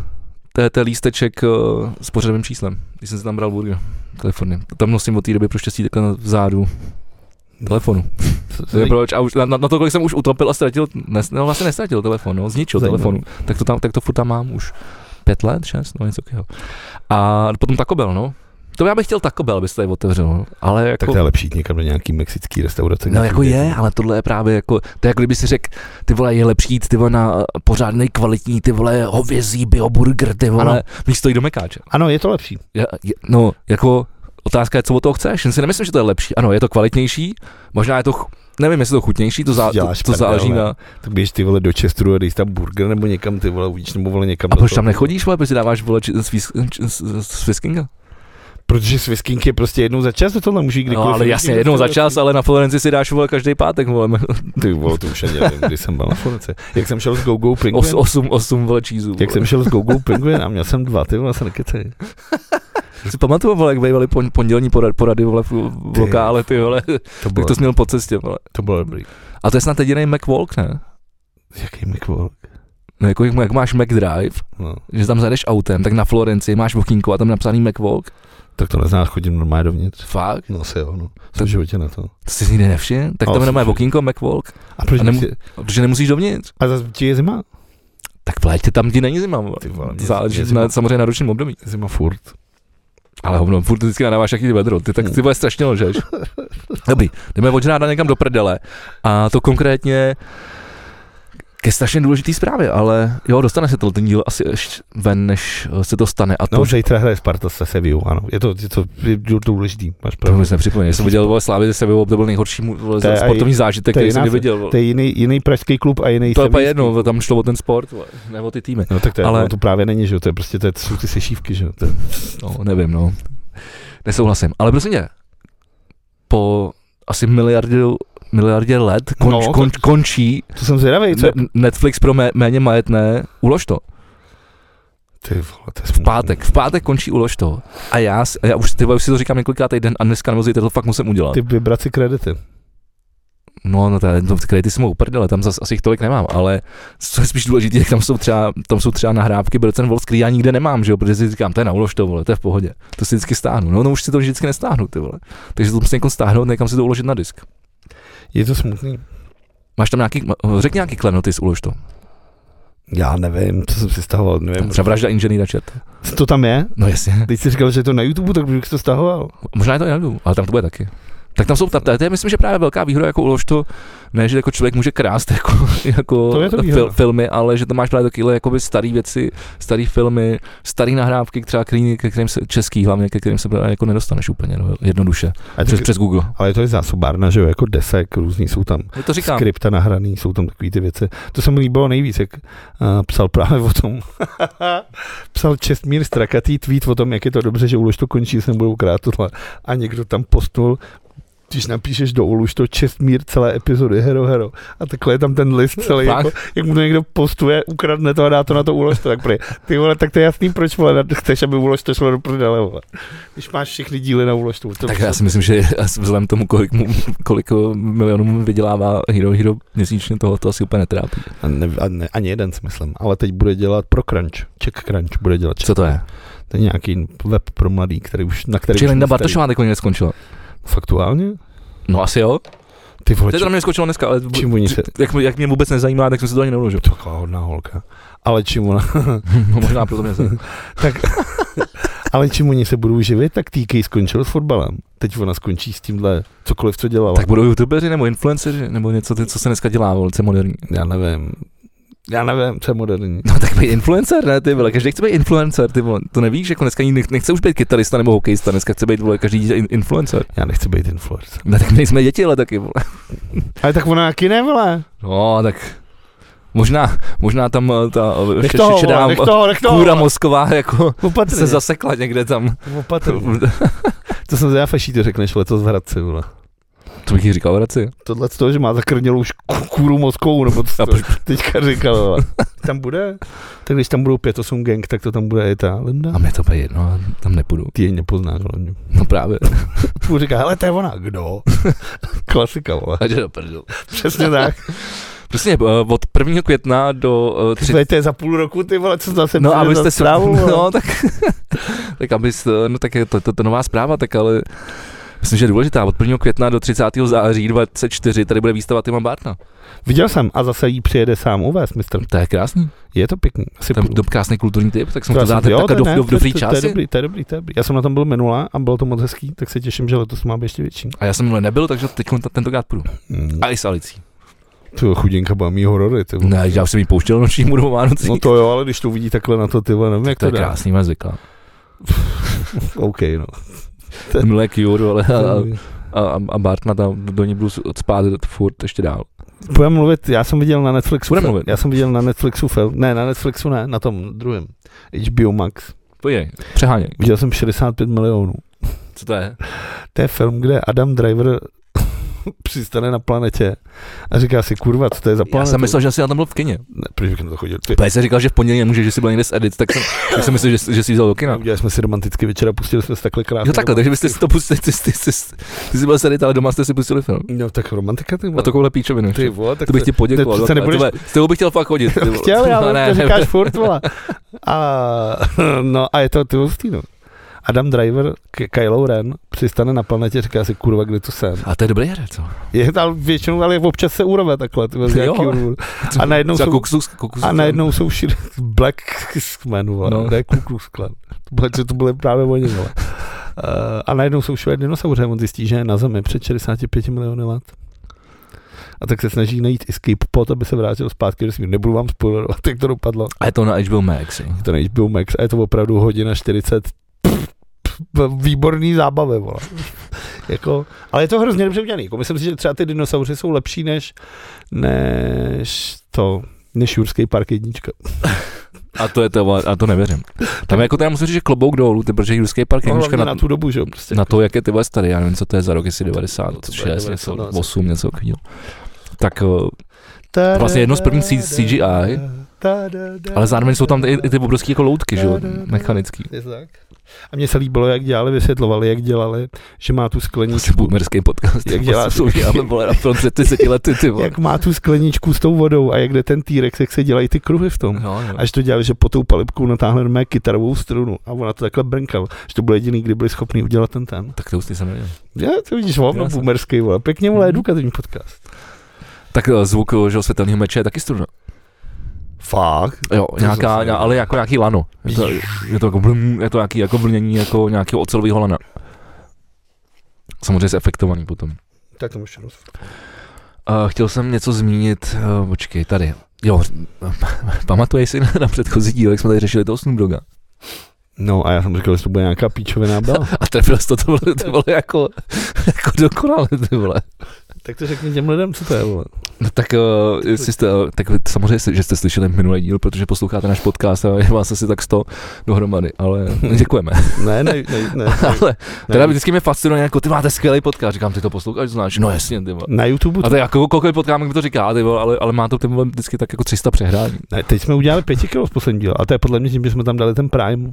[SPEAKER 2] To je, to je lísteček uh, s pořadovým číslem, když jsem si tam bral burger telefonně. To tam nosím od té doby pro štěstí takhle na vzadu telefonu.
[SPEAKER 1] Co-
[SPEAKER 2] To je proč? A už na, na, na, to, kolik jsem už utopil a ztratil, nes, no vlastně nestratil telefon, no, zničil
[SPEAKER 1] Zajímavý.
[SPEAKER 2] telefon. Tak to, tam, tak to furt tam mám už pět let, šest, no něco takového. A potom Taco Bell, no. To já bych chtěl Taco Bell, aby se tady otevřel, no. ale jako...
[SPEAKER 1] Tak to je lepší jít někam do nějaký mexický restaurace.
[SPEAKER 2] No
[SPEAKER 1] kde
[SPEAKER 2] jako
[SPEAKER 1] jde-
[SPEAKER 2] je, ale tohle je právě jako, to je jako kdyby si řekl, ty vole, je lepší jít, ty vole, na eh, pořádnej kvalitní, ty vole, hovězí, bioburger, ty vole,
[SPEAKER 1] Ano.
[SPEAKER 2] ano. místo jít do mekáče.
[SPEAKER 1] Ano, je to lepší.
[SPEAKER 2] Je, je, no, jako, otázka je, co od toho chceš, jen si nemyslím, že to je lepší. Ano, je to kvalitnější, možná je to, ch- nevím, jestli je to chutnější, to, zá, to,
[SPEAKER 1] Děláš
[SPEAKER 2] to
[SPEAKER 1] prdel,
[SPEAKER 2] záleží
[SPEAKER 1] ne?
[SPEAKER 2] na,
[SPEAKER 1] Tak běž ty vole do Chesteru a dej si tam burger nebo někam ty vole uvidíš nebo vole někam.
[SPEAKER 2] A
[SPEAKER 1] do
[SPEAKER 2] proč
[SPEAKER 1] toho.
[SPEAKER 2] tam nechodíš, vole, proč si dáváš vole či- z Whis- č- z- z Fiskinga?
[SPEAKER 1] Protože Swisking je prostě jednou za čas, to tohle může jít
[SPEAKER 2] No,
[SPEAKER 1] kdykoliv.
[SPEAKER 2] ale jasně, jednou za čas, ale na Florenci si dáš vole každý pátek, vole,
[SPEAKER 1] Ty vole, to už ani nevím, když jsem byl na Florence. Jak jsem šel s GoGo
[SPEAKER 2] Os,
[SPEAKER 1] Pinguinem,
[SPEAKER 2] osm, osm vole čízů.
[SPEAKER 1] jak jsem šel s GoGo Pinguinem a měl jsem dva, ty vole, se nekecej.
[SPEAKER 2] Si pamatuju, vole, jak bývaly pon, pondělní porad, porady vole, v, v
[SPEAKER 1] Ty.
[SPEAKER 2] lokále, ty vole,
[SPEAKER 1] To bylo,
[SPEAKER 2] tak to jsi měl po cestě, vole.
[SPEAKER 1] to bylo dobrý.
[SPEAKER 2] A to je snad jediný McWalk, ne?
[SPEAKER 1] Jaký McWall?
[SPEAKER 2] No, jako, jak, jak máš McDrive,
[SPEAKER 1] No,
[SPEAKER 2] že tam zajdeš autem, tak na Florenci máš okýnko a tam je napsaný McWalk.
[SPEAKER 1] tak to neznáš, chodím normálně dovnitř.
[SPEAKER 2] Fakt?
[SPEAKER 1] No se jo, no. Jsem
[SPEAKER 2] Tak-
[SPEAKER 1] v životě na to.
[SPEAKER 2] To jsi si nikdy nevšiml? Tak
[SPEAKER 1] No,
[SPEAKER 2] tam je
[SPEAKER 1] jsem
[SPEAKER 2] normálně
[SPEAKER 1] si-
[SPEAKER 2] okýnko McWalk,
[SPEAKER 1] A proč
[SPEAKER 2] A nemu-
[SPEAKER 1] nechci-
[SPEAKER 2] protože nemusíš dovnitř.
[SPEAKER 1] A zase ti je zima?
[SPEAKER 2] Tak v létě tam ti není zima, vole.
[SPEAKER 1] Ty vole, mě- mě
[SPEAKER 2] Záleží
[SPEAKER 1] zima-
[SPEAKER 2] na, samozřejmě na ročním období.
[SPEAKER 1] Zima furt.
[SPEAKER 2] Ale hovno, furt vždycky nadáváš jaký ty vedro, ty
[SPEAKER 1] Hmm.
[SPEAKER 2] tak ty bude strašně lžeš. Dobrý, jdeme od žnáda někam do prdele. A to konkrétně ke strašně důležitý zprávě, ale jo, dostane se to ten díl asi ještě ven, než eh, se to stane. A to,
[SPEAKER 1] No,
[SPEAKER 2] no, že...
[SPEAKER 1] zítra hraje Sparta se Sevillou, ano. Je to, je to, je to důležitý, máš
[SPEAKER 2] to
[SPEAKER 1] pravdu.
[SPEAKER 2] mi se nepřipomněl, jsem viděl vole, Slávy ze sebe, to byl nejhorší mu- vole,
[SPEAKER 1] To je-
[SPEAKER 2] sportovní zážitek,
[SPEAKER 1] to je
[SPEAKER 2] který jsem
[SPEAKER 1] jiná-
[SPEAKER 2] kdy viděl. vole.
[SPEAKER 1] To je jiný, jiný pražský klub a jiný
[SPEAKER 2] To je
[SPEAKER 1] sevillský
[SPEAKER 2] pak jedno,
[SPEAKER 1] klub.
[SPEAKER 2] vole, tam šlo o ten sport, vole, ne o ty týmy.
[SPEAKER 1] No tak to, je,
[SPEAKER 2] Ale-
[SPEAKER 1] ale... to právě není, že jo, to je prostě, to, je, to jsou ty sešívky, že jo. To je...
[SPEAKER 2] No, nevím, no. Nesouhlasím. Ale prosím tě, po asi miliardě, miliardě let konč,
[SPEAKER 1] No,
[SPEAKER 2] no,
[SPEAKER 1] tak-
[SPEAKER 2] konč, končí
[SPEAKER 1] To jsem zvědavý, co je...
[SPEAKER 2] Ne- Netflix pro mé, méně majetné, ulož to.
[SPEAKER 1] Ty vole, to je
[SPEAKER 2] V pátek, v pátek končí ulož to. A já, s- já už, ty vole, už si to říkám několikrát týden a dneska nebo zítra to fakt musím udělat.
[SPEAKER 1] Ty vibraci kredity.
[SPEAKER 2] No, no, ta, no ty kredity jsou uprdele, tam zase asi jich tolik nemám, ale co je spíš důležité, jak tam jsou třeba, tam jsou třeba nahrávky Brcen Wolves, který já nikde nemám, že jo, protože si říkám, to je na ulož to, vole, to je v pohodě, to si vždycky stáhnu. No, no už si to vždycky nestáhnu, ty vole. Takže to musím někam stáhnout, někam si to uložit na disk.
[SPEAKER 1] Je to smutný?
[SPEAKER 2] Máš tam nějaký, řekni nějaký klenoty z ulož to.
[SPEAKER 1] Já nevím, co jsem si stahoval, nevím.
[SPEAKER 2] Třeba vražda inženýra čet.
[SPEAKER 1] To tam je?
[SPEAKER 2] No jasně.
[SPEAKER 1] Teď jsi říkal, že je to na YouTube, tak bych si to stahoval.
[SPEAKER 2] Možná je to i najdu, ale tam to bude taky. Tak tam jsou, tam, to je myslím, že právě velká výhoda jako ulož to, ne, že jako člověk může krást jako, jako
[SPEAKER 1] To je to výhoda.
[SPEAKER 2] fil, filmy, ale že tam máš právě takové jakoby staré věci, staré filmy, staré nahrávky, třeba který, ke kterým se, český hlavně, ke kterým se právě jako nedostaneš úplně no, jednoduše,
[SPEAKER 1] A
[SPEAKER 2] přes,
[SPEAKER 1] tak,
[SPEAKER 2] přes Google.
[SPEAKER 1] ale to je zásobárna, že jo, jako desek, různý jsou tam
[SPEAKER 2] No to říkám,
[SPEAKER 1] skripta nahraný, jsou tam takové ty věci. To se mi líbilo nejvíc, jak uh, psal právě o tom. psal Čestmír Strakatý tweet o tom, jak je to dobře, že ulož to končí, že se nebudou krát tohle. A někdo tam postnul když napíšeš do už to Čestmír celé epizody, hero, hero. A takhle je tam ten list celý,
[SPEAKER 2] Fakt?
[SPEAKER 1] jako, jak mu to někdo postuje, ukradne to a dá to na to ulož to, tak prý. Ty vole, tak to je jasný, proč vole, chceš, aby ulož to šlo do prdele, vole. Když máš všechny díly na ulož to.
[SPEAKER 2] Tak já si myslím, že vzhledem tomu, kolik, mu, kolik milionů mu vydělává Hero Hero měsíčně, toho to asi úplně netrápí.
[SPEAKER 1] A ne, a ne, ani jeden si myslím, ale teď bude dělat pro Crunch, Czech Crunch bude dělat.
[SPEAKER 2] Co to je?
[SPEAKER 1] To je nějaký web pro mladý, který už, na který
[SPEAKER 2] Čili
[SPEAKER 1] už jsme
[SPEAKER 2] Linda
[SPEAKER 1] starý.
[SPEAKER 2] Bartošová nakonec skončila.
[SPEAKER 1] Faktuálně?
[SPEAKER 2] No asi jo.
[SPEAKER 1] Ty vole,
[SPEAKER 2] To je
[SPEAKER 1] čím,
[SPEAKER 2] tam neskočilo dneska, ale
[SPEAKER 1] čím oni se...
[SPEAKER 2] jak, jak, mě vůbec nezajímá, tak jsem se to ani neuložil.
[SPEAKER 1] Taková hodná holka. Ale čím ona,
[SPEAKER 2] No, možná proto mě zajímá.
[SPEAKER 1] ale čím oni se budou živit, tak TK skončil s fotbalem. Teď ona skončí s tímhle cokoliv, co dělala.
[SPEAKER 2] Tak budou youtubeři nebo influenceři, nebo něco, ty, co se dneska dělá, velice moderní.
[SPEAKER 1] Já nevím. Já nevím, co je moderní.
[SPEAKER 2] No tak být influencer, ne ty vole, každý chce být influencer, ty vole, to nevíš, jako dneska nikdo nech- nechce už být kytarista nebo hokejista, dneska chce být vole, každý dítě in- influencer.
[SPEAKER 1] Já nechci být influencer.
[SPEAKER 2] No tak nejsme děti, ale taky vole.
[SPEAKER 1] Ale tak ona taky ne, vole.
[SPEAKER 2] No tak možná, možná tam eh, ta eh,
[SPEAKER 1] Nech
[SPEAKER 2] še-
[SPEAKER 1] toho,
[SPEAKER 2] šedá
[SPEAKER 1] vole, nech toho, nech toho.
[SPEAKER 2] kůra
[SPEAKER 1] vole.
[SPEAKER 2] mozková jako
[SPEAKER 1] Opatrně,
[SPEAKER 2] se zasekla někde tam.
[SPEAKER 1] opatrně. To jsem já faší, to řekneš letos v Hradci, vole.
[SPEAKER 2] To bych jí říkal, vraci.
[SPEAKER 1] Tohle z toho, že má zakrnělou už kůru mozkovou, nebo co
[SPEAKER 2] A
[SPEAKER 1] to
[SPEAKER 2] proč-
[SPEAKER 1] teďka říkal, vole. Tam bude? Tak když tam budou 5-8 gang, tak to tam bude i ta Linda.
[SPEAKER 2] A mě to bude jedno, tam nepůjdu.
[SPEAKER 1] Ty je nepoznáš, hlavně.
[SPEAKER 2] No právě.
[SPEAKER 1] Mu říká, hele, to je ona, kdo? Klasika, vole.
[SPEAKER 2] A jde do prdele.
[SPEAKER 1] Přesně tak.
[SPEAKER 2] Prostě eh, od 1. května do eh,
[SPEAKER 1] Tři...
[SPEAKER 2] 30.
[SPEAKER 1] Tady to je za půl roku, ty vole, co zase
[SPEAKER 2] No,
[SPEAKER 1] přijde za
[SPEAKER 2] abyste si...
[SPEAKER 1] zprávu, vole.
[SPEAKER 2] No, tak, tak abyste, no tak je to, to, to nová zpráva, tak ale myslím, že je důležitá. Od 1. května do 30. září 24 tady bude výstava Tima Bartna.
[SPEAKER 1] Viděl jsem a zase jí přijede sám uvést, mistr.
[SPEAKER 2] To je krásný.
[SPEAKER 1] Je to pěkný. Asi
[SPEAKER 2] Tam
[SPEAKER 1] půjdu.
[SPEAKER 2] do krásný kulturní typ, tak jsem
[SPEAKER 1] Já
[SPEAKER 2] to dá
[SPEAKER 1] jsem- jo,
[SPEAKER 2] takhle do,
[SPEAKER 1] ne,
[SPEAKER 2] do, do free
[SPEAKER 1] to, to, to, je
[SPEAKER 2] časy.
[SPEAKER 1] dobrý, to je dobrý, to je dobrý. Já jsem na tom byl minule a bylo to moc hezký, tak se těším, že letos má být ještě větší.
[SPEAKER 2] A já jsem minule nebyl, takže teď tentokrát půjdu.
[SPEAKER 1] Mm.
[SPEAKER 2] A i s Alicí.
[SPEAKER 1] Ty vole, chudinka byla mý horory, ty vole.
[SPEAKER 2] Ne, já už jsem ji pouštěl nočnímu do Vánocí.
[SPEAKER 1] No to jo, ale když to uvidí takhle na to, ty vole, nevím, jak
[SPEAKER 2] to
[SPEAKER 1] to
[SPEAKER 2] je
[SPEAKER 1] dá.
[SPEAKER 2] krásný, má zvyklá.
[SPEAKER 1] OK, no.
[SPEAKER 2] Milé Cure, ale a, a, a Bartna tam do ní budu spát furt ještě dál.
[SPEAKER 1] Budeme mluvit, já jsem viděl na Netflixu.
[SPEAKER 2] Budeme
[SPEAKER 1] film-
[SPEAKER 2] mluvit.
[SPEAKER 1] Já jsem viděl na Netflixu film, ne, na Netflixu ne, na tom druhém. HBO Max.
[SPEAKER 2] Pojď, přeháněj.
[SPEAKER 1] Viděl jsem 65 milionů.
[SPEAKER 2] Co to je?
[SPEAKER 1] To je film, kde Adam Driver přistane na planetě a říká si, kurva, co to je za planetu?
[SPEAKER 2] Já jsem myslel, že asi na tom byl v kině.
[SPEAKER 1] Ne, proč bych na to chodil? Ty,
[SPEAKER 2] Pé se říkal, že v pondělí nemůže, že jsi byl někde s Edit, tak jsem, tak jsem myslel, že, že jsi vzal do kina.
[SPEAKER 1] udělali jsme si romantický večer a pustili jsme si takhle krásně.
[SPEAKER 2] Jo takhle, takže byste si to pustili, ty, ty, ty, ty jsi byl s Edit, ale doma jste si pustili film.
[SPEAKER 1] No tak romantika, ty
[SPEAKER 2] A
[SPEAKER 1] vole.
[SPEAKER 2] takovouhle píčovinu.
[SPEAKER 1] ty vole, tak
[SPEAKER 2] To bych ti poděkoval.
[SPEAKER 1] to
[SPEAKER 2] To,
[SPEAKER 1] přece
[SPEAKER 2] to,
[SPEAKER 1] nebudeš-
[SPEAKER 2] s tebou bych chtěl fakt chodit. ty vole.
[SPEAKER 1] Chtěl,
[SPEAKER 2] No,
[SPEAKER 1] ale
[SPEAKER 2] ne,
[SPEAKER 1] to
[SPEAKER 2] ne,
[SPEAKER 1] říkáš furt, vole. A, no a je to ty hustý, no. Adam Driver, K- Kylo Ren, přistane na planetě, říká si, kurva, kde to jsem.
[SPEAKER 2] A to je dobrý herec, co?
[SPEAKER 1] Je tam většinou, ale občas se urove takhle, ty vole, z
[SPEAKER 2] Jo.
[SPEAKER 1] nějaký úroveň. A najednou
[SPEAKER 2] Třeba
[SPEAKER 1] jsou-
[SPEAKER 2] Kukus, kukus,
[SPEAKER 1] A najednou jsou šir Black Klan, vole, no.
[SPEAKER 2] No.
[SPEAKER 1] ne Ku Klux Klan. To byly- To, to byly právě oni, vole. Eh, A najednou jsou všude dinosauře, on zjistí, že je na Zemi před 65 miliony let. A tak se snaží najít escape pod, aby se vrátil zpátky do smíru. Nebudu vám spoilerovat, jak to dopadlo.
[SPEAKER 2] A je to na HBO Max. jo.
[SPEAKER 1] Je to HBO Max a je to opravdu hodina 40 Pff, pff, výborný zábavy, vole. jako, ale je to hrozně dobře udělaný. Jako myslím si, že třeba ty dinosauři jsou lepší než, než to, než Jurský park jednička.
[SPEAKER 2] A to je to, a to nevěřím. Tam jako teda musím říct, že klobouk dolů, ty, protože Jurský park
[SPEAKER 1] No,
[SPEAKER 2] jednička
[SPEAKER 1] hlavně na,
[SPEAKER 2] na,
[SPEAKER 1] na tu dobu, že jo, prostě.
[SPEAKER 2] na to, jak je ty vole starý, já nevím, co to je za rok, jestli
[SPEAKER 1] To- to bylo
[SPEAKER 2] 96,
[SPEAKER 1] 90,
[SPEAKER 2] něco,
[SPEAKER 1] no,
[SPEAKER 2] 8, něco takového. Tak eh, vlastně jedno z prvních C- CGI, ale zároveň jsou tam i, i ty obrovské jako loutky, že jo, mechanický.
[SPEAKER 1] Je to tak? A mně se líbilo, jak dělali, vysvětlovali, jak dělali, že má tu
[SPEAKER 2] Asi
[SPEAKER 1] skleničku,
[SPEAKER 2] boomerský podcast.
[SPEAKER 1] Jak děláš?
[SPEAKER 2] Jsou ale vole, na tom před 30 lety, ty vole.
[SPEAKER 1] jak má tu skleničku s tou vodou a jak jde ten T-Rex, jak se dělají ty kruhy v tom.
[SPEAKER 2] No, no.
[SPEAKER 1] Až to dělali, že po tou palibkou natáhli mé kytarovou strunu a ona to takhle brnkal, že to byl jediný, kdy byli schopni udělat ten ten.
[SPEAKER 2] Tak to už jsem nevěděl.
[SPEAKER 1] Já to vidíš, hovno
[SPEAKER 2] Krásný.
[SPEAKER 1] boomerský, vole. pěkně mu edukativní podcast.
[SPEAKER 2] Tak eh, zvuk eh, že jo, světelného meče je taky struna.
[SPEAKER 1] Fakt?
[SPEAKER 2] Jo,
[SPEAKER 1] To
[SPEAKER 2] nějaká,
[SPEAKER 1] zase-
[SPEAKER 2] ně- ale jako nějaký lano. Je to, je to, jako, blum, je to nějaký, jako vlnění jako nějakého ocelového lana. Samozřejmě zefektovaný potom.
[SPEAKER 1] Tak to můžu roz...
[SPEAKER 2] Uh, chtěl jsem něco zmínit, uh, počkej, tady. Jo, pamatuješ si na, na předchozí díl, jak jsme tady řešili toho Snoop Dogga?
[SPEAKER 1] No a já jsem říkal, že to bude nějaká píčovená byla.
[SPEAKER 2] A trefil jsi to, to bylo, to bylo jako, jako dokonale, ty vole.
[SPEAKER 1] tak to řekni těm lidem, co to je, vole.
[SPEAKER 2] No tak, uh, jestli jste, uh, tak vy- samozřejmě, že jste slyšeli minulý díl, protože posloucháte náš podcast a je vás asi tak 100 dohromady, ale děkujeme.
[SPEAKER 1] Ne, ne, ne, ne.
[SPEAKER 2] ale teda
[SPEAKER 1] ne.
[SPEAKER 2] vždycky mě fascinuje, jako ty máte skvělý podcast, říkám, ty to posloucháš, znáš, no jasně, ty vole.
[SPEAKER 1] Na YouTube
[SPEAKER 2] A to je jako kolik potkám, kdo to říká, ty vole, ale, ale má to ty vole, vždycky tak jako 300 přehrání.
[SPEAKER 1] Ne, teď jsme udělali pěti kilo z poslední díl, a to je podle mě tím, že jsme tam dali ten Prime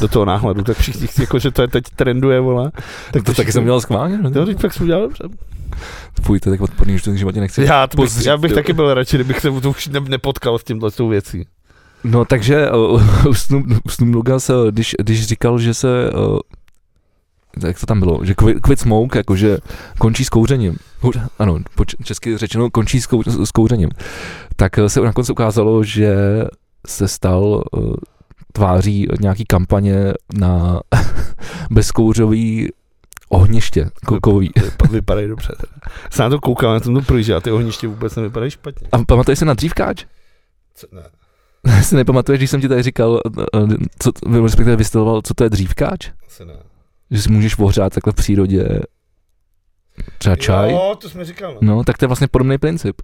[SPEAKER 1] do toho náhladu, tak všichni chci, jako, že to je teď trenduje, vole.
[SPEAKER 2] Tak to, taky jsem dělal schválně. no.
[SPEAKER 1] No, teď tak jsem udělal dobře.
[SPEAKER 2] Fuj, to je tak odporný, že to v životě nechci.
[SPEAKER 1] Já, to bych,
[SPEAKER 2] Pozřít,
[SPEAKER 1] já bych
[SPEAKER 2] jo.
[SPEAKER 1] taky byl radši, kdybych se to už ne, nepotkal s tímhle s tou věcí.
[SPEAKER 2] No takže uh, u Snoop- u Snoop Dogga se, když, když říkal, že se, uh, jak to tam bylo, že quit, quit smoke, jakože končí s kouřením, Hu- ano, po č- česky řečeno končí s, kou, s kouřením, tak eh, se nakonec ukázalo, že se stal uh, tváří nějaký kampaně na bezkouřový ohniště kokový.
[SPEAKER 1] Vypa- Vypadají dobře. teda. Jsem na to koukal, já jsem to projížděl, a ty ohniště vůbec nevypadají špatně.
[SPEAKER 2] A pamatuješ se na dřívkáč?
[SPEAKER 1] Co, ne.
[SPEAKER 2] si nepamatuješ, když jsem ti tady říkal, eh, co, respektive vystiloval, co to je dřívkáč?
[SPEAKER 1] Asi ne.
[SPEAKER 2] že si můžeš ohřát takhle v přírodě třeba čaj.
[SPEAKER 1] Jo, to jsme říkal. No.
[SPEAKER 2] No, tak to je vlastně podobný princip.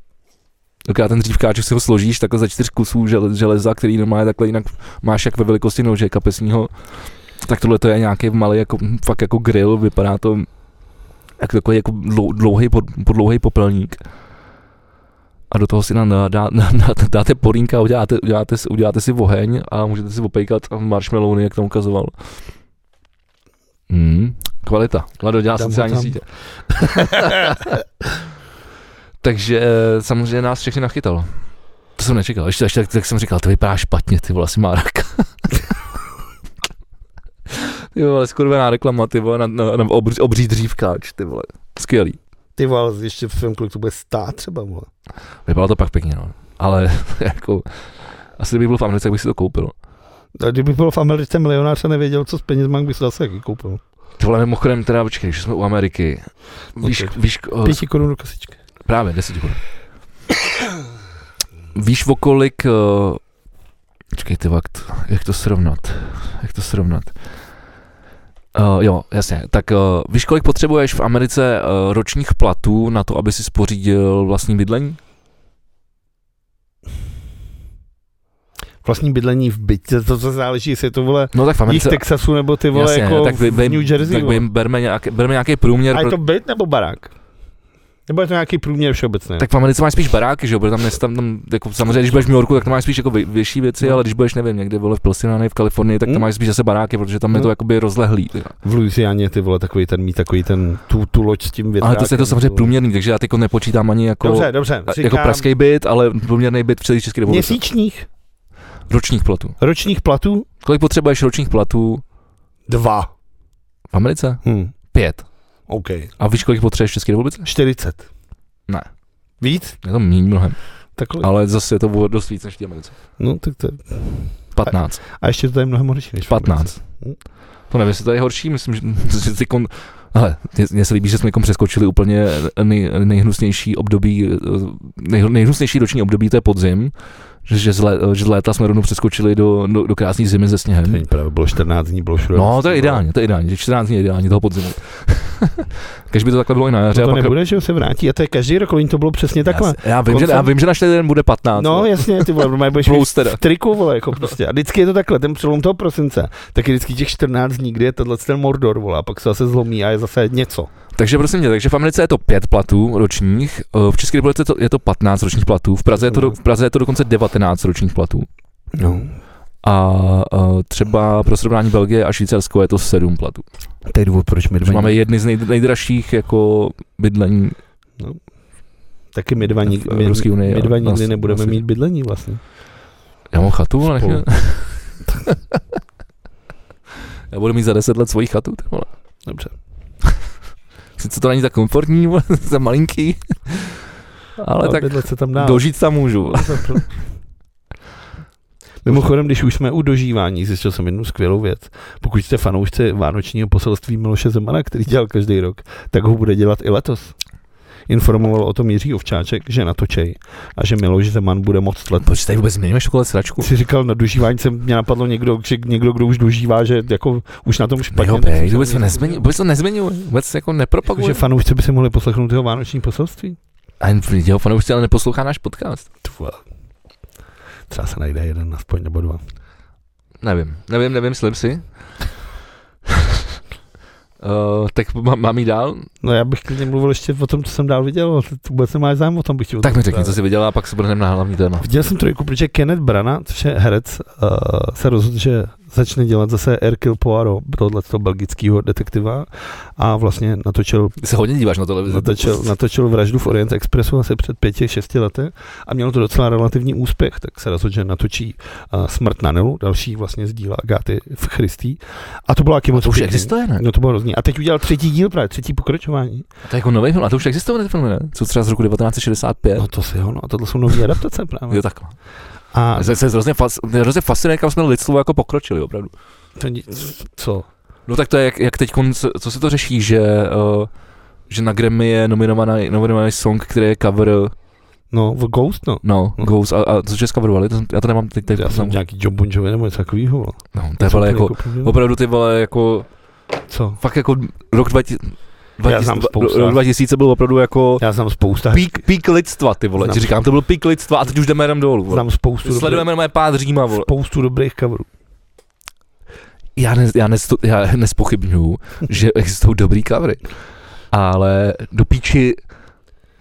[SPEAKER 2] Dokud ten dřívkáč že si ho složíš takhle za čtyř kusů žele- železa, který normálně takhle jinak máš jak ve velikosti nože kapesního, tak tohle to je nějaký malý, jako, fakt jako grill, vypadá to jako takový jako dlou- dlouhý, pod, podlouhý popelník. A do toho si na, na, dá, na, na, dáte porínka, uděláte, uděláte, si- uděláte, si oheň a můžete si opejkat marshmallowny, jak tam ukazoval. Hmm, kvalita. Lado dělá
[SPEAKER 1] Dám ho
[SPEAKER 2] sociální
[SPEAKER 1] tam.
[SPEAKER 2] sítě. Takže eh, samozřejmě nás všechny nachytal. To jsem nečekal. Ještě, ještě tak, tak jsem říkal, to vypadá špatně, ty vole, asi má raka. ty vole, skurvená reklama, ty vole, na, na, na obří, obří dřívkáč, ty vole. Skvělý.
[SPEAKER 1] Ty vole, ještě v film, kolik to bude stát třeba, vole.
[SPEAKER 2] Vypadalo to pak pěkně, no. Ale jako, asi kdybych byl v Americe, tak bych si to koupil.
[SPEAKER 1] A kdyby byl v Americe milionář a nevěděl, co s penězma, bych se zase jaký koupil.
[SPEAKER 2] Ty vole, mimochodem, teda počkej, že jsme u Ameriky. Víš,
[SPEAKER 1] tak.
[SPEAKER 2] víš, eh, o,
[SPEAKER 1] Pěti korun do kasičky.
[SPEAKER 2] právě, 10 korun. Víš, o kolik, eh, počkej, ty vakt, jak to srovnat, jak to srovnat. Uh, jo, jasně. Tak uh, víš, kolik potřebuješ v Americe uh, ročních platů na to, aby si spořídil vlastní bydlení?
[SPEAKER 1] Vlastní bydlení v bytě, to, to záleží, jestli je to vole
[SPEAKER 2] No tak v
[SPEAKER 1] Jich
[SPEAKER 2] Americe...
[SPEAKER 1] Texasu nebo ty vole
[SPEAKER 2] jasně, no,
[SPEAKER 1] jako
[SPEAKER 2] tak vy,
[SPEAKER 1] v
[SPEAKER 2] vy,
[SPEAKER 1] New Jersey.
[SPEAKER 2] tak
[SPEAKER 1] vole.
[SPEAKER 2] vy berme, nějaký, berme nějaký průměr,
[SPEAKER 1] a
[SPEAKER 2] pro,
[SPEAKER 1] je to byt nebo barák? Nebo je to nějaký průměr všeobecný?
[SPEAKER 2] Tak v Americe máš spíš baráky, že jo, protože tam, nes- tam, tam jako, samozřejmě, když budeš v New Yorku, tak tam máš spíš jako vě- větší věci,
[SPEAKER 1] No.
[SPEAKER 2] ale když budeš, nevím, někde vole v Plsinane, v Kalifornii, tak
[SPEAKER 1] Mm.
[SPEAKER 2] tam máš spíš zase baráky, protože tam je to
[SPEAKER 1] No.
[SPEAKER 2] jakoby rozlehlý. ty.
[SPEAKER 1] v Louisianě ty vole takový ten mít takový ten tu, tu loď s tím větrákem.
[SPEAKER 2] Ale to je to samozřejmě
[SPEAKER 1] vole.
[SPEAKER 2] průměrný, takže já teď nepočítám ani jako,
[SPEAKER 1] no. Dobře, dobře.
[SPEAKER 2] a-
[SPEAKER 1] Říkám,
[SPEAKER 2] jako pražský byt, ale průměrný byt v celé České republice.
[SPEAKER 1] Měsíčních
[SPEAKER 2] Ročních platů.
[SPEAKER 1] ročních platů?
[SPEAKER 2] Kolik potřebuješ ročních platů
[SPEAKER 1] Dva.
[SPEAKER 2] v Americe?
[SPEAKER 1] Hm.
[SPEAKER 2] Pět.
[SPEAKER 1] OK.
[SPEAKER 2] A víš, kolik potřebuješ v České republice?
[SPEAKER 1] 40.
[SPEAKER 2] Ne.
[SPEAKER 1] Víc?
[SPEAKER 2] Je to méně mnohem,
[SPEAKER 1] Tak kolik?
[SPEAKER 2] ale zase je to o dost víc než v té Americe.
[SPEAKER 1] No, tak to je.
[SPEAKER 2] 15.
[SPEAKER 1] A ještě to je mnohem horší než v Americe.
[SPEAKER 2] 15.
[SPEAKER 1] Hm.
[SPEAKER 2] To nevím, jestli to je horší, myslím, že, že ty kon... Ale mně se líbí, že jsme jako přeskočili úplně nej, nejhnusnější období, eh, nej, nejhnusnější roční období, to je podzim, že, že, z, lé, že z léta jsme rovnou přeskočili do, do, do krásné zimy ze
[SPEAKER 1] To
[SPEAKER 2] sněhem.
[SPEAKER 1] není pravda, bylo 14 dní, bylo všude.
[SPEAKER 2] No, to je ideálně, to je ideálně, že 14 dní je ideálně toho podzimu. Když by to takhle bylo i na jaře.
[SPEAKER 1] No
[SPEAKER 2] a
[SPEAKER 1] to
[SPEAKER 2] pak-
[SPEAKER 1] nebude, že jo, se vrátí. A to je každý rok, oni to bylo přesně takhle.
[SPEAKER 2] Já, já, vím, že, já
[SPEAKER 1] Koncem-
[SPEAKER 2] vím, že náš den bude 15.
[SPEAKER 1] No,
[SPEAKER 2] vole.
[SPEAKER 1] jasně, ty vole, normálně budeš mít
[SPEAKER 2] Plus teda.
[SPEAKER 1] v triku, vole, jako prostě. A vždycky je to takhle, ten přelom toho prosince, tak je vždycky těch 14 dní, kdy je tenhle ten Mordor, vole, a pak se zase zlomí a je zase něco.
[SPEAKER 2] Takže prosím tě, takže v Americe je to 5 platů ročních, eh, v České republice to, je to 15 ročních platů, v Praze je to, do, v Praze je to dokonce 19 ročních platů.
[SPEAKER 1] No,
[SPEAKER 2] A eh, třeba pro srovnání Belgie a Švýcarsko je to 7 platů.
[SPEAKER 1] to je důvod, proč my
[SPEAKER 2] Takže
[SPEAKER 1] dva
[SPEAKER 2] máme jedny z nej, nejdražších jako bydlení.
[SPEAKER 1] taky my dva,
[SPEAKER 2] v
[SPEAKER 1] nik, my,
[SPEAKER 2] Evropské unii,
[SPEAKER 1] my dva
[SPEAKER 2] ale
[SPEAKER 1] nikdy
[SPEAKER 2] vlastně-
[SPEAKER 1] nebudeme
[SPEAKER 2] vlastně-
[SPEAKER 1] mít bydlení vlastně.
[SPEAKER 2] Já mám chatu, ale
[SPEAKER 1] Spolu.
[SPEAKER 2] Já budu mít za 10 let svoji chatu, ty vole.
[SPEAKER 1] Dobře.
[SPEAKER 2] Sice to není tak komfortní, vole, jsem malinký, ale
[SPEAKER 1] A
[SPEAKER 2] tak
[SPEAKER 1] bydlet se tam dá.
[SPEAKER 2] dožít tam můžu. vole.
[SPEAKER 1] Mimochodem, když už jsme u dožívání, zjistil jsem jednu skvělou věc. Pokud jste fanoušci Vánočního poselství Miloše Zemana, který dělal každý rok, tak ho bude dělat i letos. Informoval o tom Jiří Ovčáček, že natočej a že Miloš Zeman bude moc let.
[SPEAKER 2] Proč tady vůbec změníme šokole sračku?
[SPEAKER 1] Si říkal, na dožívání se mě napadlo někdo, že někdo, kdo už dožívá, že jako už na tom špatně.
[SPEAKER 2] Jo,
[SPEAKER 1] tak
[SPEAKER 2] bej,
[SPEAKER 1] jsem
[SPEAKER 2] vůbec,
[SPEAKER 1] se
[SPEAKER 2] to nezmiňu, vůbec to nezmiňu, vůbec jako
[SPEAKER 1] Jako,
[SPEAKER 2] nepropaguje.
[SPEAKER 1] že fanoušci by si mohli poslechnout jeho vánoční poselství?
[SPEAKER 2] A jen jeho fanoušci ale neposlouchá náš podcast.
[SPEAKER 1] Tvo. Třeba se najde jeden aspoň nebo dva.
[SPEAKER 2] Nevím, nevím, nevím, slim si. Uh, tak má, mám jít dál?
[SPEAKER 1] No já bych klidně mluvil ještě o tom, co jsem dál viděl, ty vůbec nemáš zájem o tom, bych chtěl.
[SPEAKER 2] Tak mi řekni, co jsi viděla a pak se budeme na hlavní téma.
[SPEAKER 1] Viděl jsem trojku, protože Kenneth Brana, což je herec, uh, se rozhodl, že začne dělat zase Hercule Poirot, tohoto belgického detektiva a vlastně natočil
[SPEAKER 2] Ty se hodně díváš na televizi.
[SPEAKER 1] Natočil, natočil vraždu v Orient Expressu asi před pěti, šesti lety a mělo to docela relativní úspěch, tak se rozhodl, že natočí uh, Smrt na Nilu, další vlastně z díla Agáty v Christý. A to bylo taky
[SPEAKER 2] A
[SPEAKER 1] moc
[SPEAKER 2] to už
[SPEAKER 1] pěkný.
[SPEAKER 2] existuje, ne?
[SPEAKER 1] No to bylo hrozný. A teď udělal třetí díl právě, třetí pokračování.
[SPEAKER 2] To je jako nový film, a to už existuje ten film, ne? Co třeba z roku 1965.
[SPEAKER 1] No to si ho, no a tohle jsou nové adaptace právě.
[SPEAKER 2] Eh, Jo, takhle.
[SPEAKER 1] A
[SPEAKER 2] A se, se hrozně, fas, mě hrozně fascinuje, kam jsme lidstvo jako pokročili, opravdu.
[SPEAKER 1] to, ni- co?
[SPEAKER 2] No tak to je, jak, jak teď, co se to řeší, že, uh, že na Grammy je nominovaný, nominovaný song, který je cover,
[SPEAKER 1] No, v Ghost, no.
[SPEAKER 2] no,
[SPEAKER 1] No.
[SPEAKER 2] Ghost, a, a co že coverovali, to, jsem- já to nemám teď, teď
[SPEAKER 1] Já jsem nějaký John Bon Jovi nebo něco takového. vole.
[SPEAKER 2] no, to je vole
[SPEAKER 1] Co
[SPEAKER 2] jako,
[SPEAKER 1] úplně koupil?
[SPEAKER 2] opravdu ty vole jako,
[SPEAKER 1] Co?
[SPEAKER 2] fakt jako rok 2000,
[SPEAKER 1] Já znám spoustu.
[SPEAKER 2] rok 2000 byl opravdu jako
[SPEAKER 1] Já znám spousta,
[SPEAKER 2] pík, pík lidstva, ty vole,
[SPEAKER 1] Znám.
[SPEAKER 2] ti říkám, to byl pík lidstva a teď už jdeme jenom dolů, vole.
[SPEAKER 1] znám spoustu, dobrých,
[SPEAKER 2] Sledujeme moje pád Říma, vole.
[SPEAKER 1] spoustu dobrých coverů.
[SPEAKER 2] já, ne, já, nesto, já nespochybnuju, že existují dobrý covery, ale do píči,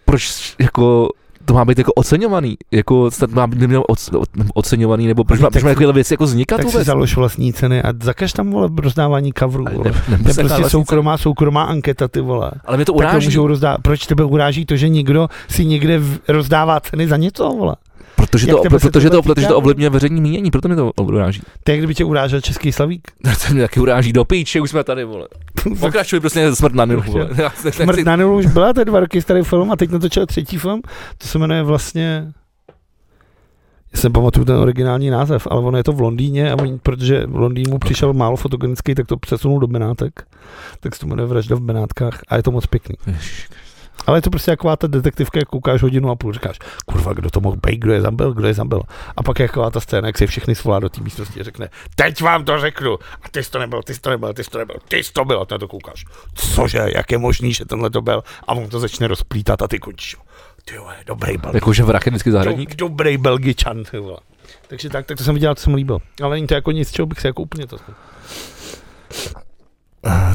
[SPEAKER 2] proč jako to má být jako oceňovaný, jako snad má být neměl oc, o- oceňovaný, nebo proč má,
[SPEAKER 1] Tak
[SPEAKER 2] proč má
[SPEAKER 1] si-
[SPEAKER 2] takovéhle věci jako vznikat
[SPEAKER 1] tak si
[SPEAKER 2] vůbec?
[SPEAKER 1] založ vlastní ceny a zakaž tam vole rozdávání coverů.
[SPEAKER 2] Ale
[SPEAKER 1] vole.
[SPEAKER 2] ne- nemusím
[SPEAKER 1] To je prostě
[SPEAKER 2] takhle
[SPEAKER 1] soukromá, soukromá anketa, ty vole.
[SPEAKER 2] Ale mě to
[SPEAKER 1] Tak to
[SPEAKER 2] uráží,
[SPEAKER 1] můžou rozdá... Proč tebe uráží to, že někdo si někde v- rozdává ceny za něco, vole?
[SPEAKER 2] protože,
[SPEAKER 1] jak
[SPEAKER 2] to,
[SPEAKER 1] tebe se
[SPEAKER 2] protože,
[SPEAKER 1] tohle
[SPEAKER 2] to, protože
[SPEAKER 1] týká?
[SPEAKER 2] to ovlivňuje veřejný mínění, proto mě to uráží.
[SPEAKER 1] To je, kdyby tě urážel český slavík.
[SPEAKER 2] To mě taky uráží do píče, už jsme tady, vole. Pokračuj prostě smrt na nilu, vole. Já se- nechci-
[SPEAKER 1] Smrt na Nilu už byla, to je dva roky starý film a teď natočil třetí film, to se jmenuje vlastně já jsem pamatuju ten originální název, ale ono je to v Londýně a oni, protože v Londýnu mu přišel málo fotogenický, tak to přesunul do Benátek. Tak se to jmenuje Vražda v Benátkách a je to moc pěkný.
[SPEAKER 2] Ježiš.
[SPEAKER 1] Ale je to prostě taková ta detektivka, jak koukáš hodinu a půl, říkáš, kurva, kdo to mohl být, kdo je tam byl, kdo je tam byl. A pak je taková ta scéna, jak se všechny svolá do té místnosti a řekne, teď vám to řeknu. A ty jsi to nebyl, ty jsi to nebyl, ty jsi to nebyl, ty jsi to byl, a ty na to koukáš. Cože, jak je možný, že tenhle to byl? A on to začne rozplítat a ty končíš. Ty jo, dobrý Belgičan.
[SPEAKER 2] Jakože vrah Jako je vždycky zahradník.
[SPEAKER 1] Do, dobrý Belgičan, ty vole. Takže tak, tak to jsem viděl, to jsem líbil. Ale není to jako nic, čeho bych se jako úplně to.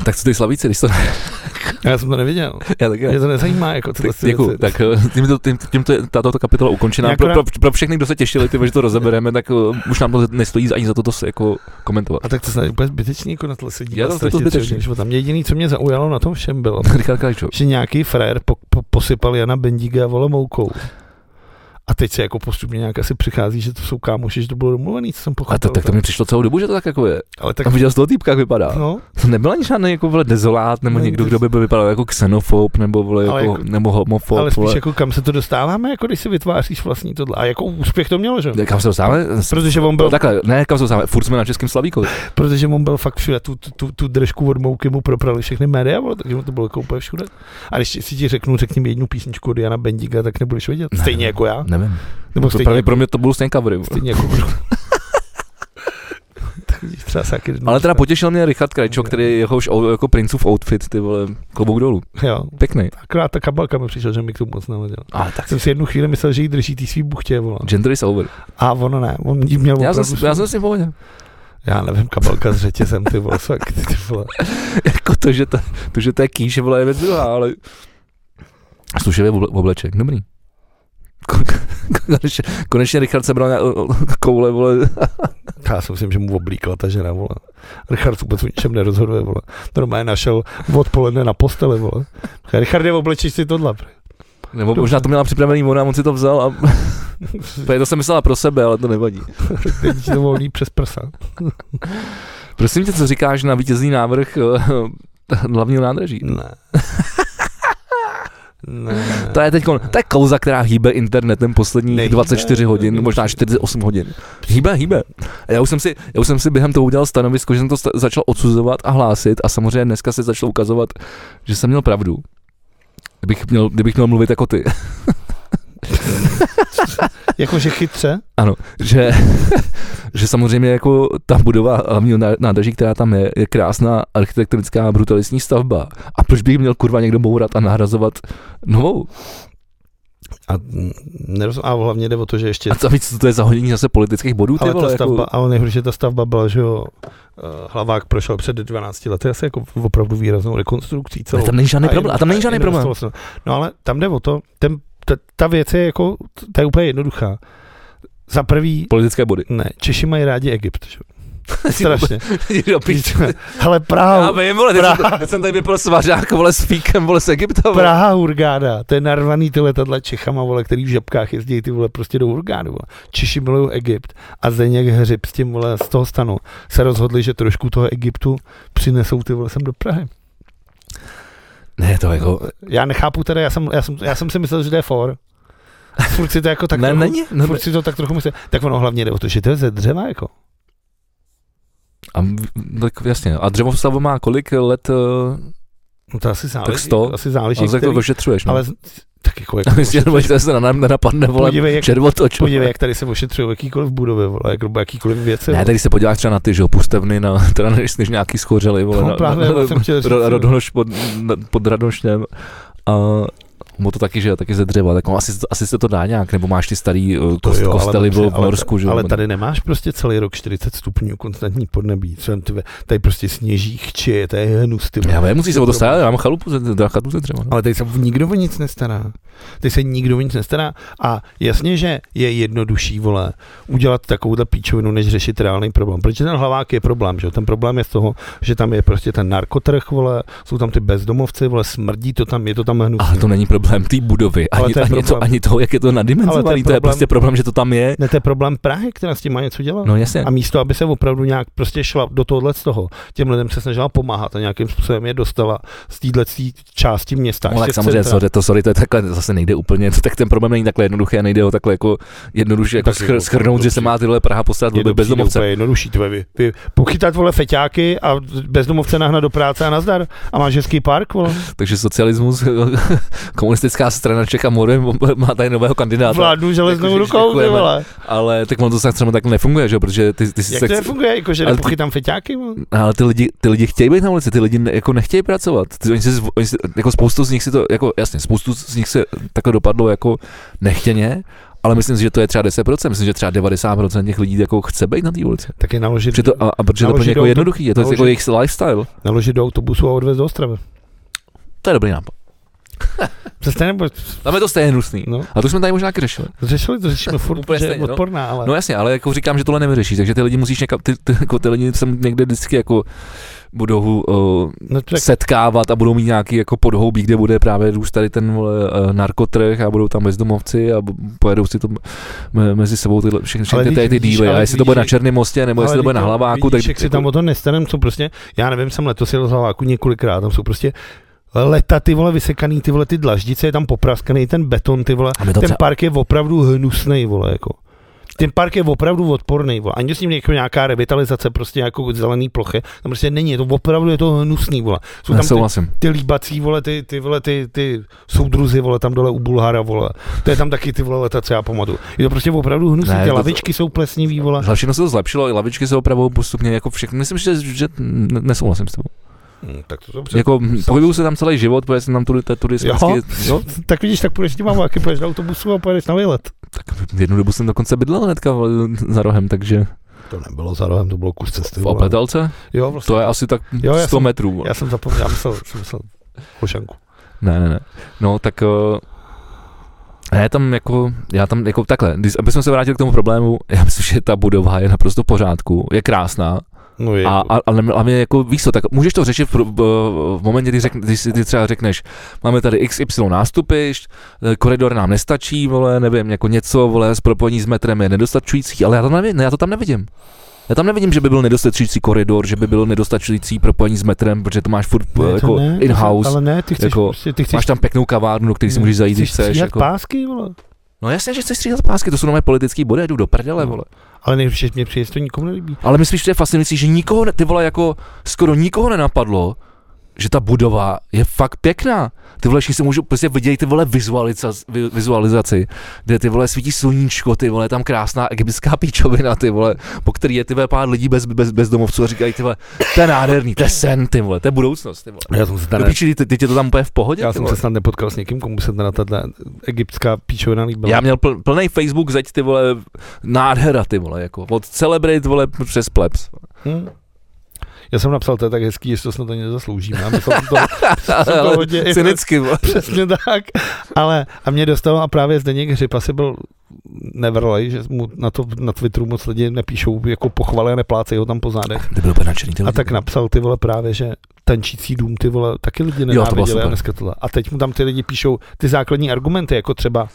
[SPEAKER 2] Tak co ty slavíci, když to
[SPEAKER 1] Já jsem to neviděl.
[SPEAKER 2] Já taky ne.
[SPEAKER 1] Mě to nezajímá, jako tyhle
[SPEAKER 2] Tak, děkuju. Tak eh, tímto, tím, tímto je tato kapitola ukončená. Pro,
[SPEAKER 1] Akorát-
[SPEAKER 2] pro, pro všechny, kdo se těšili, ty, že to rozebereme, tak eh, už nám to nestojí ani za to, to se jako komentovat.
[SPEAKER 1] A tak to snad je úplně zbytečný, jako na tohle se dívat.
[SPEAKER 2] Já tam to
[SPEAKER 1] strašně
[SPEAKER 2] zbytečný.
[SPEAKER 1] celý den, že Tam jediný, co mě zaujalo na tom všem bylo,
[SPEAKER 2] Richard Krajčov.
[SPEAKER 1] že nějaký frajer po, po, posypal Jana Bendiga vole moukou. A teď se jako postupně nějak asi přichází, že to jsou kámoši, že to bylo domluvený, co jsem pochopil.
[SPEAKER 2] A to, tak to mi přišlo celou dobu, že to tak jako je.
[SPEAKER 1] Ale tak,
[SPEAKER 2] Tak. A viděl jsi toho týpka, jak vypadá. No.
[SPEAKER 1] no,
[SPEAKER 2] To nebyl ani žádný jako vole dezolát, nebo
[SPEAKER 1] Není
[SPEAKER 2] někdo,
[SPEAKER 1] to-
[SPEAKER 2] kdo by byl vypadal jako xenofob, nebo vole jako,
[SPEAKER 1] Ale jako-
[SPEAKER 2] nebo homofob.
[SPEAKER 1] ale spíš
[SPEAKER 2] vole.
[SPEAKER 1] jako kam se to dostáváme, jako když si vytváříš vlastní tohle. A jako úspěch to mělo, že? jo?
[SPEAKER 2] Kam se dostáváme? S-
[SPEAKER 1] Protože on byl,
[SPEAKER 2] Takhle, ne, kam se dostáváme, furt jsme na českém slavíkovi.
[SPEAKER 1] protože on byl fakt všude, tu, tu- tu, tu držku od mouky mu proprali všechny média, vole, takže mu to bylo jako úplně všude. A když si ti řeknu, řekni mi jednu písničku od Jana Bendiga, tak nebudeš vědět.
[SPEAKER 2] Ne.
[SPEAKER 1] Stejně jako já.
[SPEAKER 2] Nevím.
[SPEAKER 1] Nebo
[SPEAKER 2] No To
[SPEAKER 1] stejně jako-
[SPEAKER 2] právě pro mě to budou stejně covery. vole.
[SPEAKER 1] Stejně jako Bruno. Tak vidíš, třeba se taky jednou
[SPEAKER 2] Ale teda
[SPEAKER 1] dostane.
[SPEAKER 2] potěšil mě Richard Krajčo,
[SPEAKER 1] Ne.
[SPEAKER 2] který jehož o- jako princův outfit, ty vole, klobouk dolů.
[SPEAKER 1] Jo,
[SPEAKER 2] Pěkný.
[SPEAKER 1] akorát ta kabelka mi přišla, že mi k tomu moc neleděl.
[SPEAKER 2] Ale tak
[SPEAKER 1] Jsem si jednu chvíli myslel, že jí drží ty svý buchtě, vole.
[SPEAKER 2] Gender is over.
[SPEAKER 1] A ono ne, on jí měl
[SPEAKER 2] Já
[SPEAKER 1] opravdu
[SPEAKER 2] jsem, já jsem si pohodě.
[SPEAKER 1] já nevím, kabelka s řetězem, ty vole, fakt, ty vole.
[SPEAKER 2] Jako to, že to, to, že to je kýš, vole, je věc druhá, ale... Slušivě v obleček, dobrý. Kon- Konečně, konečně Richard sebral nějak, koule, vole.
[SPEAKER 1] Já si myslím, že mu oblíkla ta žena, vole. Richard vůbec o ničem nerozhoduje, vole. Normálně našel odpoledne na posteli, vole. Richard, oblečíš si tohle, pr-
[SPEAKER 2] Nebo možná to měla připravený ona, on si to vzal a... Tady to jsem myslela pro sebe, ale to nevadí.
[SPEAKER 1] teď ti to volí přes prsa.
[SPEAKER 2] Prosím tě, co říkáš na vítězný návrh eh, hlavního nádraží?
[SPEAKER 1] Ne. ne.
[SPEAKER 2] To je teď, to je kauza, která hýbe internetem posledních
[SPEAKER 1] Nehýbe.
[SPEAKER 2] 24 hodin, možná 48 hodin. Hýbe, hýbe. A Já už jsem si, já už jsem si během toho udělal stanovisko, že jsem to sta- začal odsuzovat a hlásit a samozřejmě dneska se začalo ukazovat, že jsem měl pravdu. Kdybych měl, kdybych měl mluvit jako ty.
[SPEAKER 1] Jakože chytře?
[SPEAKER 2] Ano, že, že samozřejmě jako ta budova hlavního ná- nádraží, která tam je, je krásná architektonická brutalistní stavba. A proč bych měl kurva někdo bourat a nahrazovat novou?
[SPEAKER 1] A, neroz... a hlavně jde o to, že ještě...
[SPEAKER 2] A co víc, co to je zahodění zase politických bodů, ty
[SPEAKER 1] ale,
[SPEAKER 2] vole,
[SPEAKER 1] ta stavba,
[SPEAKER 2] jako,
[SPEAKER 1] ale nejhorší, že ta stavba byla, že jo, eh, hlavák prošel před 12 lety asi jako opravdu výraznou rekonstrukcí celou.
[SPEAKER 2] ale tam není žádný
[SPEAKER 1] A jen-
[SPEAKER 2] problém, a tam není žádný
[SPEAKER 1] jen
[SPEAKER 2] problém.
[SPEAKER 1] dostalo se- No ale tam jde o to, ten, ta, ta věc je jako, ta je úplně jednoduchá. Za prvý,
[SPEAKER 2] Politické body.
[SPEAKER 1] ne, Češi mají rádi Egypt, že? jo. Strašně.
[SPEAKER 2] Jo, píč.
[SPEAKER 1] Hele,
[SPEAKER 2] Já
[SPEAKER 1] Praha,
[SPEAKER 2] vím, vole, teď jsem, teď jsem tady vypil svařák, vole, s fíkem, vole, z Egypta, vole.
[SPEAKER 1] Praha Hurgáda, to je narvaný ty letadla Čechama, vole, který v žabkách jezdí ty vole prostě do Hurgádu, vole. Češi milují Egypt a Zdeněk Hřib s tím, vole, z toho stanu se rozhodli, že trošku toho Egyptu přinesou ty vole sem do Prahy.
[SPEAKER 2] Ne, to jako,
[SPEAKER 1] Já nechápu teda, já jsem, já jsem, já jsem si myslel, že to je for. Furt si to jako tak
[SPEAKER 2] ne,
[SPEAKER 1] trochu-
[SPEAKER 2] není, ne,
[SPEAKER 1] Furt si to tak trochu myslím. Tak ono hlavně jde o to, že to je ze dřeva, jako.
[SPEAKER 2] a, v- tak jasně, a dřevostavo má kolik let, eh,
[SPEAKER 1] No to asi záleží.
[SPEAKER 2] 100.
[SPEAKER 1] Asi záleží,
[SPEAKER 2] a tak to
[SPEAKER 1] který,
[SPEAKER 2] košetřuješ, no.
[SPEAKER 1] ale z- tak jako, jako
[SPEAKER 2] A Myslím, že to se na nám nenapadne, vole,
[SPEAKER 1] podívej, jak,
[SPEAKER 2] červotoč.
[SPEAKER 1] podívej, jak tady se ošetřují jakýkoliv budovy, vole, jak, nebo jakýkoliv věci.
[SPEAKER 2] Ne,
[SPEAKER 1] vole.
[SPEAKER 2] tady se podíváš třeba na ty, že jo, pustevny, na, teda než, než nějaký schořely, vole,
[SPEAKER 1] No,
[SPEAKER 2] na,
[SPEAKER 1] právě,
[SPEAKER 2] na,
[SPEAKER 1] já jsem chtěl říct,
[SPEAKER 2] ro-
[SPEAKER 1] jo.
[SPEAKER 2] Radhonoš pod, na- pod Radhoštěm a mu to taky, že jo, taky ze dřeva, tak no, asi, asi se to dá nějak, nebo máš ty starý eh, kost,
[SPEAKER 1] To jo, ale
[SPEAKER 2] kostely
[SPEAKER 1] dobře,
[SPEAKER 2] vole, v
[SPEAKER 1] ale-
[SPEAKER 2] Norsku, že jo,
[SPEAKER 1] Ale
[SPEAKER 2] nebo-
[SPEAKER 1] tady nemáš prostě celý rok 40 stupňů konstantní podnebí. Co tam ty ve- tady prostě sněží, chčije, to je hnus, ty vole. Prostě
[SPEAKER 2] Já vím, musí se o to starat, já mám chalupu ze, teda chatu ze dřeva. No.
[SPEAKER 1] Ale tady se nikdo o nic nestará. Tady se nikdo o nic nestará. A jasně, že je jednodušší, vole, udělat takovouhle píčovinu, než řešit reálný problém. Protože ten hlavák je problém, že jo? Ten problém je z toho, že tam je prostě ten narkotrh, vole, jsou tam ty bezdomovci, vole, smrdí to tam, je to tam hnusné.
[SPEAKER 2] Ale to není problém té budovy,
[SPEAKER 1] Ale
[SPEAKER 2] ani,
[SPEAKER 1] to je
[SPEAKER 2] ani, to,
[SPEAKER 1] problém.
[SPEAKER 2] ani toho, jak je to
[SPEAKER 1] Ale to
[SPEAKER 2] nadimenzovaný,
[SPEAKER 1] je
[SPEAKER 2] to je
[SPEAKER 1] problém-
[SPEAKER 2] prostě problém, že to tam je.
[SPEAKER 1] Ne, to je problém Prahy, která s tím má něco dělat.
[SPEAKER 2] No jasně,
[SPEAKER 1] A místo, aby se opravdu nějak prostě šla do tohohle z toho, těm lidem se snažila pomáhat a nějakým způsobem je dostala z téhle části města.
[SPEAKER 2] No,
[SPEAKER 1] ještě
[SPEAKER 2] tak
[SPEAKER 1] z
[SPEAKER 2] samozřejmě,
[SPEAKER 1] centra.
[SPEAKER 2] sorry, to, sorry, to je takhle, zase nejde úplně, to, tak ten problém není takhle jednoduchý a nejde ho takhle jako jednoduše jako
[SPEAKER 1] Tak
[SPEAKER 2] schr-
[SPEAKER 1] jo,
[SPEAKER 2] schrnout, že se má tyhle Praha poslat
[SPEAKER 1] Je
[SPEAKER 2] do
[SPEAKER 1] to bezdomovce.
[SPEAKER 2] bezdomovce.
[SPEAKER 1] Je jednodušší, tvoje vy, vy, pochytat vole feťáky a bezdomovce nahnat do práce a nazdar a máš hezký park, vole.
[SPEAKER 2] Takže socialismus, komunistická strana Čech a Moravy má tady nového kandidáta.
[SPEAKER 1] Vládnu železnou
[SPEAKER 2] Jako, že
[SPEAKER 1] rukou, ty
[SPEAKER 2] děkujeme.
[SPEAKER 1] vole.
[SPEAKER 2] Ale tak on to tak třeba tak nefunguje, že jo, protože ty, ty si
[SPEAKER 1] Jak to nefunguje, jako že
[SPEAKER 2] Ale-
[SPEAKER 1] nepochytám feťáky, vole?
[SPEAKER 2] ale ty lidi, ty lidi chtějí být na ulici, ty lidi ne, jako nechtějí pracovat. Ty, oni si, zv- oni si, jako spoustu z nich si to, jako jasně, spoustu z nich se takhle dopadlo jako nechtěně, ale myslím si, že to je třeba 10%, myslím, že třeba 90% těch lidí jako chce být na té ulici.
[SPEAKER 1] Tak je naložit,
[SPEAKER 2] Protože to, a, a protože to pro
[SPEAKER 1] Naložit
[SPEAKER 2] ně
[SPEAKER 1] do
[SPEAKER 2] jako
[SPEAKER 1] auto-
[SPEAKER 2] jednoduchý, je to
[SPEAKER 1] naložit-
[SPEAKER 2] jako jejich lifestyle.
[SPEAKER 1] naložit do autobusu a odvez do Ostravy.
[SPEAKER 2] To je dobrý nápad.
[SPEAKER 1] Přesně nebo,
[SPEAKER 2] Tam je to stejně hnusný.
[SPEAKER 1] no,
[SPEAKER 2] A to jsme tady možná taky řešili.
[SPEAKER 1] řešili to, řešíme furt,
[SPEAKER 2] Úplně
[SPEAKER 1] že je
[SPEAKER 2] stejně, no.
[SPEAKER 1] odporná, ale...
[SPEAKER 2] No jasně, ale jako říkám, že tohle nevyřešíš, takže ty lidi musíš někam, ty, ty, jako ty lidi sem někde vždycky jako budou uh,
[SPEAKER 1] No, tak,
[SPEAKER 2] setkávat a budou mít nějaký jako podhoubí, kde bude právě růst tady ten vole, uh, narkotrh a budou tam bezdomovci a b- pojedou si to m- me- mezi sebou tyhle, všechny,
[SPEAKER 1] Ale
[SPEAKER 2] všechny ty,
[SPEAKER 1] teď
[SPEAKER 2] ty, ty
[SPEAKER 1] vidíš,
[SPEAKER 2] díly.
[SPEAKER 1] ale
[SPEAKER 2] A jestli to
[SPEAKER 1] vidíš,
[SPEAKER 2] bude na
[SPEAKER 1] jak-
[SPEAKER 2] Černém mostě, nebo jestli
[SPEAKER 1] Ale
[SPEAKER 2] to bude na
[SPEAKER 1] teď
[SPEAKER 2] Hlaváku,
[SPEAKER 1] vidíš,
[SPEAKER 2] tak
[SPEAKER 1] jak
[SPEAKER 2] jako
[SPEAKER 1] si tam o to nestanem, co prostě, já nevím, jsem letos jel z Hlaváku několikrát, tam jsou prostě leta ty vole vysekaný, ty vole ty dlaždice, je tam popraskaný ten beton, ty vole,
[SPEAKER 2] a my to
[SPEAKER 1] ten
[SPEAKER 2] třeba,
[SPEAKER 1] park je opravdu hnusný, vole, jako. Ten park je opravdu odporný, vole. Ani s ním jako nějaká revitalizace, prostě jako zelený plochy. Tam prostě není, je to opravdu je to hnusný, vole. Jsou tam ty,
[SPEAKER 2] nesouhlasím.
[SPEAKER 1] ty líbací, vole, ty, ty, vole, ty, ty soudruzy, vole, tam dole u Bulhara, vole. To je tam taky ty vole leta, co já pamatuju. Je to prostě opravdu hnusný,
[SPEAKER 2] Ne,
[SPEAKER 1] ty
[SPEAKER 2] to-
[SPEAKER 1] lavičky jsou plesnivý, vole.
[SPEAKER 2] Ale všechno se to zlepšilo, i lavičky se opravou postupně, jako všechno, myslím, že, že n- nesouhlasím s tebou.
[SPEAKER 1] Hm, tak to
[SPEAKER 2] Před,
[SPEAKER 1] dobře.
[SPEAKER 2] jako hm, pohybuju se tam celý život, protože jsem tam tudy, tudy
[SPEAKER 1] Jo?
[SPEAKER 2] zpátky- jo?
[SPEAKER 1] Tak vidíš, tak půjdeš s těma vlaky, půjdeš na autobusu a pojedeš na výlet.
[SPEAKER 2] Tak v jednu dobu jsem dokonce bydlel hnedka vole, za rohem, takže
[SPEAKER 1] To nebylo za rohem, to bylo kus cesty.
[SPEAKER 2] v
[SPEAKER 1] vole.
[SPEAKER 2] Opletelce,
[SPEAKER 1] Jo, vlastně.
[SPEAKER 2] to je asi tak
[SPEAKER 1] Jo, já
[SPEAKER 2] 100
[SPEAKER 1] jsem-
[SPEAKER 2] metrů. vole.
[SPEAKER 1] Já jsem zapomněl, já myslel, jsem myslel Hošanku.
[SPEAKER 2] Ne, ne, ne. No, tak eh, ne, tam jako, já tam jako takhle, když, abychom se vrátili k tomu problému, já myslím, že ta budova je naprosto v pořádku, je krásná,
[SPEAKER 1] No je,
[SPEAKER 2] a, a, ale hlavně jako víš co, tak můžeš to řešit v, pro- v, v momentě, kdy, řekne, kdy si ty třeba řekneš, máme tady XY nástupišť, eh, koridor nám nestačí, vole, nevím, jako něco, vole, s propojení s metrem je nedostačující, ale já to, nevím, já to tam nevidím. Já tam nevidím, že by byl nedostačující koridor, že by bylo nedostačující propojení s metrem, protože to máš furt ne,
[SPEAKER 1] to
[SPEAKER 2] jako
[SPEAKER 1] ne,
[SPEAKER 2] in-house.
[SPEAKER 1] Ale ne, ty chceš,
[SPEAKER 2] jako-
[SPEAKER 1] jako, prostě, ty chceš,
[SPEAKER 2] Máš tam pěknou kavárnu, do který si můžeš zajít, když chceš.
[SPEAKER 1] stříhat
[SPEAKER 2] Jako.
[SPEAKER 1] pásky, vole.
[SPEAKER 2] No jasně, že chceš stříhat pásky, to jsou nové politický body, jdu do prdele,
[SPEAKER 1] No.
[SPEAKER 2] vole.
[SPEAKER 1] Ale nejhorší, že mě přijde, že to nikomu nelíbí.
[SPEAKER 2] Ale myslíš, že to je fascinující, že nikoho, ne- ty vole, jako skoro nikoho nenapadlo, že ta budova je fakt pěkná. Ty vole, všichni si můžu prostě vidět ty vole vizualizaci, vizualizaci, kde ty vole svítí sluníčko, ty vole, je tam krásná egyptská píčovina, ty vole, po který je ty vole pár lidí bez, bez, bez domovců a říkají ty vole, to je nádherný, to je sen, ty vole, to je budoucnost, ty vole.
[SPEAKER 1] Já jsem se
[SPEAKER 2] Do
[SPEAKER 1] tady,
[SPEAKER 2] píči, ty, ty, tě to tam úplně v pohodě,
[SPEAKER 1] já
[SPEAKER 2] ty
[SPEAKER 1] jsem
[SPEAKER 2] vole.
[SPEAKER 1] se snad nepotkal s někým, komu se teda tato egyptská píčovina líbila.
[SPEAKER 2] Já měl pl, plný Facebook zeď, ty vole, nádhera, ty vole, jako, od celebrit, vole, přes plebs.
[SPEAKER 1] Hm. Já jsem napsal, to je tak hezký, jestli to snad ani nezasloužím. Já myslel jsem to, jsem to
[SPEAKER 2] Ale
[SPEAKER 1] hodně,
[SPEAKER 2] Cynicky, vole.
[SPEAKER 1] Přesně tak. Ale a mě dostalo a právě Zdeněk Hřib asi byl nevrlej, že mu na, to, na Twitteru moc lidi nepíšou jako pochvaly a neplácejí ho tam po zádech.
[SPEAKER 2] Ty byl úplně nadšený, ty
[SPEAKER 1] A
[SPEAKER 2] lidi.
[SPEAKER 1] tak napsal ty vole právě, že tančící dům ty vole taky lidi
[SPEAKER 2] bylo
[SPEAKER 1] nenáviděli a
[SPEAKER 2] super.
[SPEAKER 1] dneska tohle. A teď mu tam ty lidi píšou ty základní argumenty, jako třeba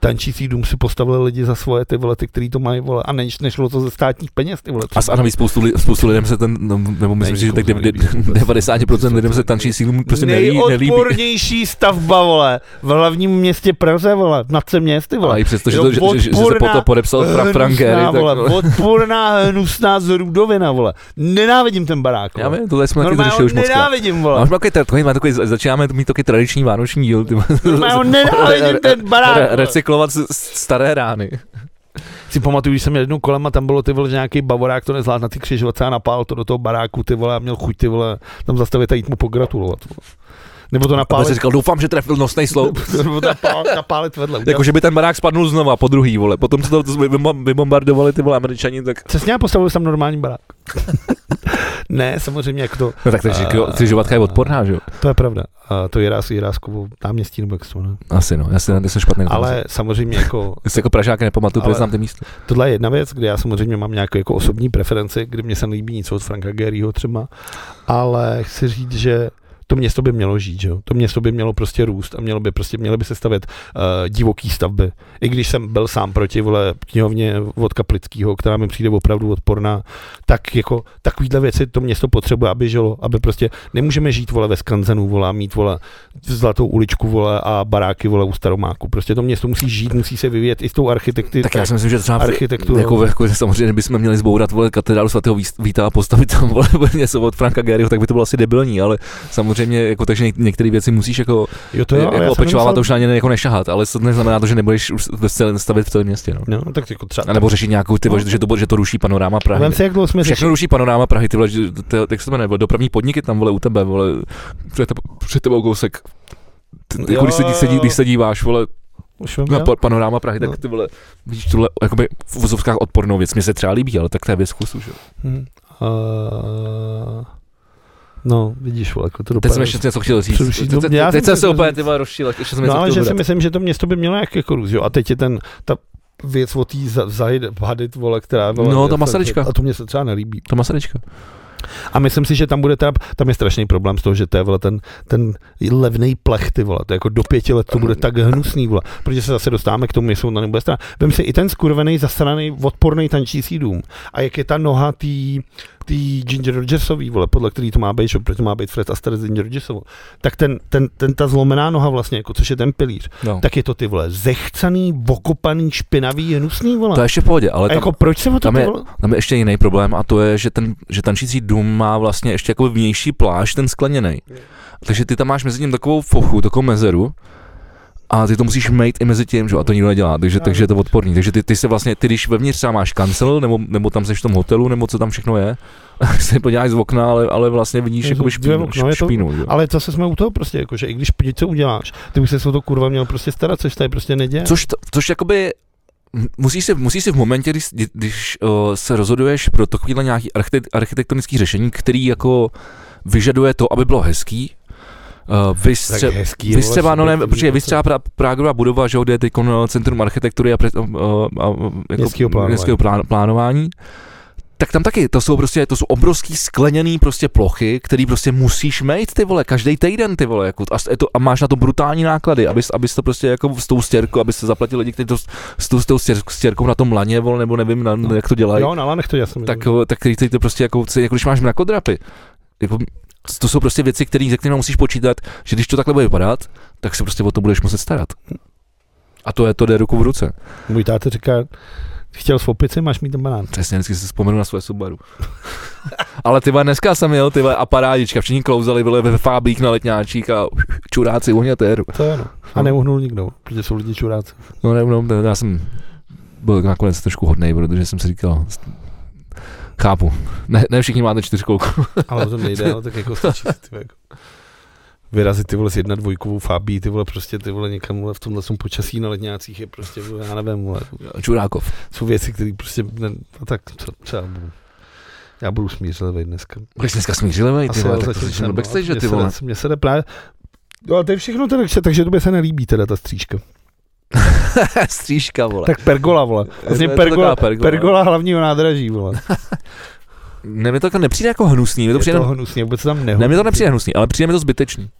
[SPEAKER 1] tančící dům si postavili lidi za svoje ty vole, ty, který to mají vole, a než, nešlo to ze státních peněz ty vole.
[SPEAKER 2] A, s- a navíc spoustu, li, spoustu lidem se ten, no, nebo myslím,
[SPEAKER 1] Ne,
[SPEAKER 2] si, že tak
[SPEAKER 1] nikomu to
[SPEAKER 2] dev-
[SPEAKER 1] nelíbí.
[SPEAKER 2] de- 90% lidem se tančí sílu prostě nelí, nelíbí.
[SPEAKER 1] Nejodpornější stavba, vole, v hlavním městě Praze, vole, nad se městy, vole.
[SPEAKER 2] Ale i přesto, že,
[SPEAKER 1] Jo,
[SPEAKER 2] to, že, že, že se
[SPEAKER 1] odporná,
[SPEAKER 2] potom podepsal Fra- Frankéry,
[SPEAKER 1] Eh, Hnusná,
[SPEAKER 2] tak
[SPEAKER 1] vole,
[SPEAKER 2] vole.
[SPEAKER 1] odporná, hnusná zrůdovina, vole. Nenávidím ten barák,
[SPEAKER 2] Já
[SPEAKER 1] vole.
[SPEAKER 2] vím, tohle jsme taky
[SPEAKER 1] Normálně
[SPEAKER 2] zrušili
[SPEAKER 1] ho
[SPEAKER 2] už No, moc krát.
[SPEAKER 1] nenávidím,
[SPEAKER 2] A
[SPEAKER 1] vole.
[SPEAKER 2] už máme takový, takový, máme takový, začínáme mít takový tradiční vánoční díl. Ty,
[SPEAKER 1] Normálně ho nenávidím ten barák,
[SPEAKER 2] re,
[SPEAKER 1] vole.
[SPEAKER 2] recyklovat s- s- staré rány.
[SPEAKER 1] Si pamatuju, když jsem měl jednou kolem a tam bylo ty vole, že nějaký bavorák to nezvládl na ty křižovatce a napál to do toho baráku, ty vole, a měl chuť ty vole, tam zastavit a jít mu pogratulovat, vole. Nebo to
[SPEAKER 2] A jsi
[SPEAKER 1] napálit,
[SPEAKER 2] říkal, doufám, že trefil nosnej sloup.
[SPEAKER 1] nebo to napálit, napálit vedle.
[SPEAKER 2] Jako, že by ten barák spadnul znova po druhý, vole. Potom se to vybom- vybombardovali ty vole američani, tak...
[SPEAKER 1] Přesně, já postavil jsem normální barák. ne, samozřejmě, jak to, Eh,
[SPEAKER 2] No tak takže
[SPEAKER 1] A-
[SPEAKER 2] křižovatka je odporná, že jo?
[SPEAKER 1] to je pravda. A to Jirás, Jiráskovo náměstí, nebo jak se to jmenuje.
[SPEAKER 2] Asi no, já si na jsem špatný. na to myslím.
[SPEAKER 1] Ale samozřejmě jako
[SPEAKER 2] Já si jako Pražák nepamatuju,
[SPEAKER 1] Ale-
[SPEAKER 2] protože znám ty místo.
[SPEAKER 1] Tohle je jedna věc, kde já samozřejmě mám nějakou jako osobní preferenci, kdy mě se nelíbí nic od Franka Geryho třeba, ale chci říct, že to město by mělo žít, že? jo? To město by mělo prostě růst a mělo by prostě, měly by se stavět uh, divoký stavby. I když jsem byl sám proti vole knihovně od Kaplického, která mi přijde opravdu odporná, tak jako takovýhle věci to město potřebuje, aby žilo, aby prostě nemůžeme žít vole ve skanzenu, vole, a mít vole zlatou uličku, vole a baráky, vole u staromáku. Prostě to město musí žít, musí se vyvíjet i s tou architekty.
[SPEAKER 2] Tak já si myslím, že třeba
[SPEAKER 1] architekturu.
[SPEAKER 2] Jako, jako, samozřejmě bychom měli zbourat vole katedrálu svatého Víst- Víta a postavit tam vole, něco od Franka Garyho, tak by to bylo asi debilní, ale samozřejmě jako, takže něk- některé věci musíš jako,
[SPEAKER 1] Jo, to
[SPEAKER 2] to
[SPEAKER 1] jo, ale já
[SPEAKER 2] jako
[SPEAKER 1] jsem
[SPEAKER 2] opečovávat a
[SPEAKER 1] nemyslel-
[SPEAKER 2] už na ně jako nešahat, ale to neznamená to, že nebudeš už v celém stavit v celém městě. No.
[SPEAKER 1] No, tak jako třeba.
[SPEAKER 2] A nebo řešit nějakou, ty, vole, že, že, to, bude- že to ruší panoráma Prahy.
[SPEAKER 1] Vem si, jak dlouho jsme řešili.
[SPEAKER 2] Všechno ruší panoráma Prahy, ty vole, že- to- jak se to jmenuje, vole, dopravní podniky tam, vole, u tebe, vole, před tebou, před tebou kousek. Ty- Jako, když, se, dí- se, dí- když se díváš, vole,
[SPEAKER 1] Už vem,
[SPEAKER 2] na
[SPEAKER 1] jo?
[SPEAKER 2] pa- panoráma Prahy,
[SPEAKER 1] No.
[SPEAKER 2] tak ty vole, vidíš tuhle jakoby v vozovkách odpornou věc, mě se třeba líbí, ale tak to je věc kusu, že? jo.
[SPEAKER 1] Hm. Eh, No, vidíš, vole, jako to
[SPEAKER 2] Teď
[SPEAKER 1] dopadne.
[SPEAKER 2] jsem ještě něco chtěl říct.
[SPEAKER 1] Přerušit,
[SPEAKER 2] Teď-
[SPEAKER 1] no,
[SPEAKER 2] teď-
[SPEAKER 1] já jsem
[SPEAKER 2] Teď jsem
[SPEAKER 1] chtěl
[SPEAKER 2] se úplně
[SPEAKER 1] říct.
[SPEAKER 2] ty vole rozšíl, ještě jsem
[SPEAKER 1] No,
[SPEAKER 2] něco
[SPEAKER 1] ale že
[SPEAKER 2] chtěl
[SPEAKER 1] si
[SPEAKER 2] dodat.
[SPEAKER 1] myslím, že to město by mělo jak jako růst, jo. A teď je ten, ta věc o tý za- zajed, hadit, vole, která... Vole,
[SPEAKER 2] No, ta Masaryčka.
[SPEAKER 1] A to mě se třeba nelíbí.
[SPEAKER 2] To Masaryčka.
[SPEAKER 1] A myslím si, že tam bude teda, tam je strašný problém z toho, že to je, vole, ten, ten levnej plech, ty vole, to je jako do pěti let to bude tak hnusný, vole, protože se zase dostáváme k tomu, jestli on na nebude strana. Vem si i ten skurvený, zasraný, odporný tančící dům. A jak je ta noha tý, tý Ginger Rogersový, vole, podle který to má být, že? protože to má být Fred Astaire s Ginger Rogersovou, tak ten, ten, ten, ta zlomená noha vlastně, jako, což je ten pilíř,
[SPEAKER 2] No.
[SPEAKER 1] tak je to ty vole zechcaný, okopaný, špinavý, hnusný, vole.
[SPEAKER 2] To je ještě v pohodě, ale
[SPEAKER 1] a
[SPEAKER 2] tam,
[SPEAKER 1] jako proč se o to
[SPEAKER 2] tam
[SPEAKER 1] ty
[SPEAKER 2] je-
[SPEAKER 1] vole?
[SPEAKER 2] tam, je ještě jiný problém a to je, že ten že tančící dům má vlastně ještě jako vnější pláž, ten skleněný. Takže ty tam máš mezi ním takovou fochu, takovou mezeru, a ty to musíš mít i mezi tím, že jo, a to nikdo nedělá, takže,
[SPEAKER 1] Já
[SPEAKER 2] takže
[SPEAKER 1] vím.
[SPEAKER 2] je to odporný. Takže ty, ty se vlastně, ty když vevnitř sám máš kancel, nebo, nebo tam seš v tom hotelu, nebo co tam všechno je, tak se podíváš z okna, ale, ale vlastně vidíš
[SPEAKER 1] Je to
[SPEAKER 2] jako
[SPEAKER 1] dvě
[SPEAKER 2] špínu,
[SPEAKER 1] okna, je to-
[SPEAKER 2] špínu že? jo.
[SPEAKER 1] Ale zase jsme u toho prostě, jako, že i když něco uděláš, ty už se o to kurva měl prostě starat, což tady prostě neděje.
[SPEAKER 2] Což, to, což jakoby m- musíš se, musíš se v momentě, když, kdy- když uh, se rozhoduješ pro takovýhle nějaký architekt, architektonický řešení, který jako vyžaduje to, aby bylo hezký, Uh, vy, stře-
[SPEAKER 1] hezký.
[SPEAKER 2] vy třeba, no ne, protože vy třeba pra, Prágová budova, že jo, kde je teď no, Centrum architektury a, pre, uh, a uh, jako
[SPEAKER 1] Městského plánování.
[SPEAKER 2] městského plán, plánování, tak tam taky, to jsou prostě, to jsou obrovský skleněný prostě plochy, který prostě musíš mít ty vole, každý týden ty vole, jako, a, s- je to, a, máš na to brutální náklady, abys, abys to prostě jako s tou stěrkou, abys se zaplatil lidi, kteří to s, s tou, s tou stěr- stěrkou na tom laně, vole, nebo nevím, na,
[SPEAKER 1] No.
[SPEAKER 2] jak to dělají,
[SPEAKER 1] Jo, na lanech to já jsem
[SPEAKER 2] tak, eh, tak který ty to prostě jako, chci- jako když máš mrakodrapy, jako, to jsou prostě věci, který, se kterými musíš počítat, že když to takhle bude vypadat, tak se prostě o to budeš muset starat. A to je, to jde ruku v ruce.
[SPEAKER 1] Můj táta říká, Chtěl s opici, máš mít ten banán.
[SPEAKER 2] Přesně, vždycky si vzpomenu na svoje Subaru. Ale ty vole, dneska jsem jel, ty vole, a parádička, všichni klouzali, byli ve fáblík na letňáčích a čuráci uhněte.
[SPEAKER 1] To je, no. A neuhnul nikdo, protože jsou lidi čuráci.
[SPEAKER 2] No ne, no, ne, já jsem byl nakonec trošku hodnej, protože jsem si říkal, s- chápu, ne, ne všichni máte čtyřkolku.
[SPEAKER 1] Ale to nejde, ale tak jako stačí si, ty vole, jako vyrazit ty vole s jedna dvojkovou fábí, ty vole prostě ty vole někam vole, v tomhle tom počasí na ledňácích je prostě, vole, já nevím, vole,
[SPEAKER 2] Čurákov.
[SPEAKER 1] jsou věci, které prostě, ne, a tak co, co já budu. Já budu smířlivý dneska.
[SPEAKER 2] Když dneska smířilevej, ty
[SPEAKER 1] Asi
[SPEAKER 2] vole,
[SPEAKER 1] jo,
[SPEAKER 2] tak to
[SPEAKER 1] zatím
[SPEAKER 2] začneme
[SPEAKER 1] jsem, no,
[SPEAKER 2] backstage, ty
[SPEAKER 1] mně se
[SPEAKER 2] vole.
[SPEAKER 1] ne- Mně se jde právě, No a to je všechno, teda, takže, takže tobě se nelíbí teda ta stříčka.
[SPEAKER 2] Stříška, vole.
[SPEAKER 1] Tak pergola, vole. Vlastně
[SPEAKER 2] To je
[SPEAKER 1] pergola,
[SPEAKER 2] taková pergola.
[SPEAKER 1] pergola hlavního nádraží, vole.
[SPEAKER 2] Ne, mi to jako nepřijde jako hnusný, mi to
[SPEAKER 1] je
[SPEAKER 2] přijde
[SPEAKER 1] to hnusně, vůbec se tam nehodí.
[SPEAKER 2] Ne, mi to nepřijde hnusný, ale přijde mi to zbytečný.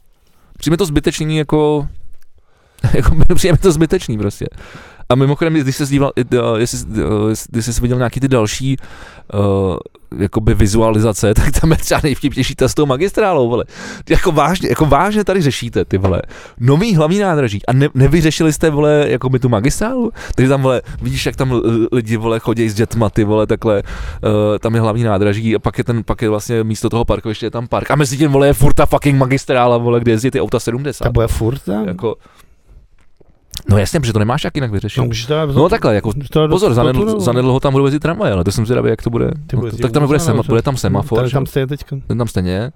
[SPEAKER 2] Přijde mi to zbytečný jako... jako mi- přijde mi to zbytečný prostě. A mimochodem, když jsi díval, jestli, eh, když jsi viděl nějaký ty další uh, jakoby vizualizace, tak tam je třeba nejvtipnější ta s tou magistrálou, vole. Jako vážně, jako vážně tady řešíte, ty vole. Nový hlavní nádraží. A ne, nevyřešili jste, vole, jako by tu magistrálu? Takže tam, vole, vidíš, jak tam l- lidi, vole, chodí s dětma, ty vole, takhle, uh, tam je hlavní nádraží a pak je ten, pak je vlastně místo toho parkoviště je tam park. A mezi tím, vole, je furt ta fucking magistrála, vole, kde jezdí ty auta 70.
[SPEAKER 1] Ta bude furt tam.
[SPEAKER 2] Jako, no jasně, protože to nemáš jak jinak vyřešit.
[SPEAKER 1] no, můžeš to dát-
[SPEAKER 2] No takhle, jako
[SPEAKER 1] můžeš to dát do-
[SPEAKER 2] pozor,
[SPEAKER 1] do
[SPEAKER 2] zanedl,
[SPEAKER 1] tunelu.
[SPEAKER 2] zanedlouho tam budou jezdit tramvaje, ale to jsem zvědavý, jak to bude.
[SPEAKER 1] Ty
[SPEAKER 2] No,
[SPEAKER 1] budeš
[SPEAKER 2] tak tam
[SPEAKER 1] jezdit
[SPEAKER 2] bude,
[SPEAKER 1] možná,
[SPEAKER 2] sema,
[SPEAKER 1] no,
[SPEAKER 2] bude tam semafor,
[SPEAKER 1] Tam,
[SPEAKER 2] že?
[SPEAKER 1] tam jste teďka.
[SPEAKER 2] ten tam stejně.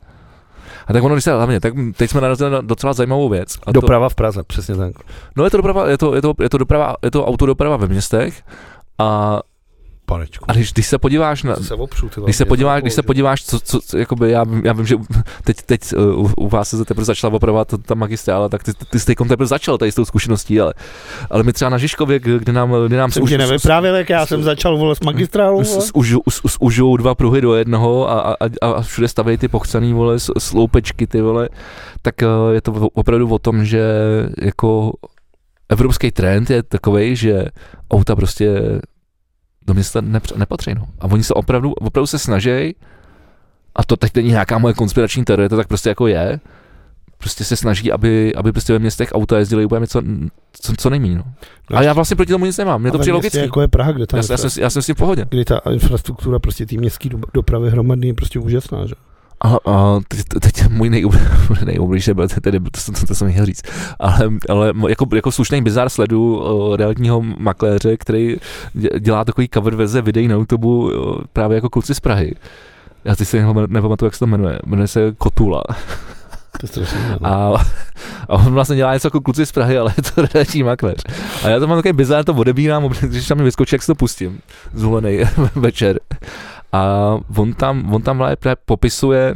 [SPEAKER 2] A tak ono, když se hlavně, tak teď jsme narazili na docela zajímavou věc. A to,
[SPEAKER 1] Doprava v Praze, přesně tak.
[SPEAKER 2] no je to doprava, je to, je to, je to doprava, je to autodoprava ve městech. A,
[SPEAKER 1] Panečku.
[SPEAKER 2] a když, když se podíváš na,
[SPEAKER 1] se opřu, ty
[SPEAKER 2] když se
[SPEAKER 1] vole,
[SPEAKER 2] podíváš,
[SPEAKER 1] jako,
[SPEAKER 2] když se
[SPEAKER 1] že-
[SPEAKER 2] podíváš, co, co, co jakoby já, vím- já vím, že u- teď, teď uh, u, u vás se teprve začala opravovat ta- ta magistrála, tak ty, ty jsi teďkom teprve začal tady s tou zkušeností, ale, ale my třeba na Žižkově, k- kde nám, kde nám se
[SPEAKER 1] Jsem
[SPEAKER 2] už,
[SPEAKER 1] ti nevyprávěl, jak já jsem začal volat s magistrálou, vole.
[SPEAKER 2] Užijou dva pruhy do jednoho a, a, a- a všude stavějí ty pochcený vole, s- sloupečky ty vole, tak eh, je to o- opravdu o tom, že jako evropský trend je takový, že auta prostě do města nepř- nepatří. No. A oni se opravdu, opravdu se snaží, a to teď není nějaká moje konspirační teorie, to tak prostě jako je, prostě se snaží, aby, aby prostě ve městech auta jezdily úplně něco, co, co nejméně. No.
[SPEAKER 1] No
[SPEAKER 2] A já vlastně proti tomu nic nemám, mě
[SPEAKER 1] A
[SPEAKER 2] to
[SPEAKER 1] ve
[SPEAKER 2] přijde
[SPEAKER 1] městě,
[SPEAKER 2] logický.
[SPEAKER 1] Jako je Praha, kde tam
[SPEAKER 2] Já,
[SPEAKER 1] je
[SPEAKER 2] jsem- já,
[SPEAKER 1] to-
[SPEAKER 2] jsem, s- já jsem s tím v pohodě.
[SPEAKER 1] kdy ta infrastruktura prostě té městské do- dopravy hromadný je prostě úžasná, že?
[SPEAKER 2] A, a teď, teď můj nejoblíbenější byl, tedy, to, to, to, to jsem měl říct, ale, ale mo- jako, jako slušný bizar sledu o, realitního makléře, který dě- dělá takový cover verze videí na YouTube o, právě jako kluci z Prahy. Já teď si jenom nepamatuju, jak se to jmenuje. Jmenuje se Kotula.
[SPEAKER 1] To je strašně. no.
[SPEAKER 2] A, a on vlastně dělá něco jako kluci z Prahy, ale je to realitní makléř. A já to mám takový bizar, to odebírám, občas, když tam mi vyskočí, jak si to pustím. Zvolený večer. A on tam, on tam právě právě popisuje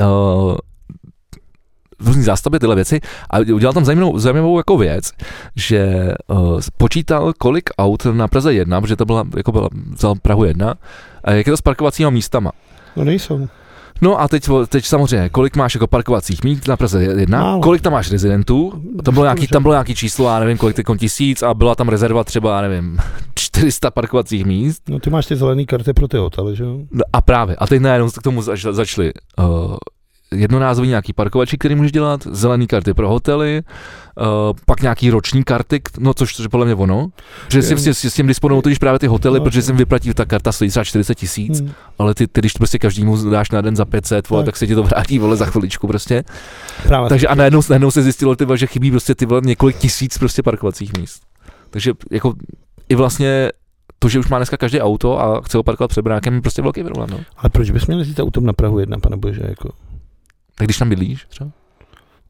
[SPEAKER 2] uh, různý zástavby, tyhle věci a udělal tam zajímavou, zajímavou jako věc, že uh, počítal kolik aut na Praze 1, protože to byla, jako byla, vzal Prahu 1, a jak je to s parkovacíma místama.
[SPEAKER 1] No nejsou.
[SPEAKER 2] No a teď, teď samozřejmě, kolik máš jako parkovacích míst na Praze 1,
[SPEAKER 1] Málo.
[SPEAKER 2] kolik tam máš rezidentů, tam bylo, nějaký,
[SPEAKER 1] Bože.
[SPEAKER 2] tam bylo nějaký číslo, já nevím, kolik teď tisíc a byla tam rezerva třeba, já nevím, 400 parkovacích míst
[SPEAKER 1] No ty máš ty zelené karty pro ty hotely, že jo?
[SPEAKER 2] No a právě, a teď najednou k tomu zač, začali uh, jednorázový nějaký parkovači, který můžeš dělat, zelený karty pro hotely, uh, pak nějaký roční karty, k- no což je podle mě ono, že si,
[SPEAKER 1] Jen-
[SPEAKER 2] si, si s tím disponují totiž právě ty hotely,
[SPEAKER 1] No,
[SPEAKER 2] protože
[SPEAKER 1] tak.
[SPEAKER 2] si jim vyplatí, ta karta stojí třeba 40 tisíc,
[SPEAKER 1] Hmm.
[SPEAKER 2] ale ty, ty když to prostě každému dáš na den za 500, vole, tak.
[SPEAKER 1] Tak.
[SPEAKER 2] tak se ti to vrátí, vole, za chviličku prostě.
[SPEAKER 1] Právě.
[SPEAKER 2] Takže a najednou, najednou se zjistilo, ty, vole, že chybí prostě ty vole, několik tisíc prostě parkovacích míst. Takže jako i vlastně to, že už má dneska každé auto a chce ho parkovat před brákem, je prostě velký problém. No.
[SPEAKER 1] Ale proč bys měl jezdit autem na Prahu 1, pane bože, jako?
[SPEAKER 2] Tak když tam bydlíš třeba?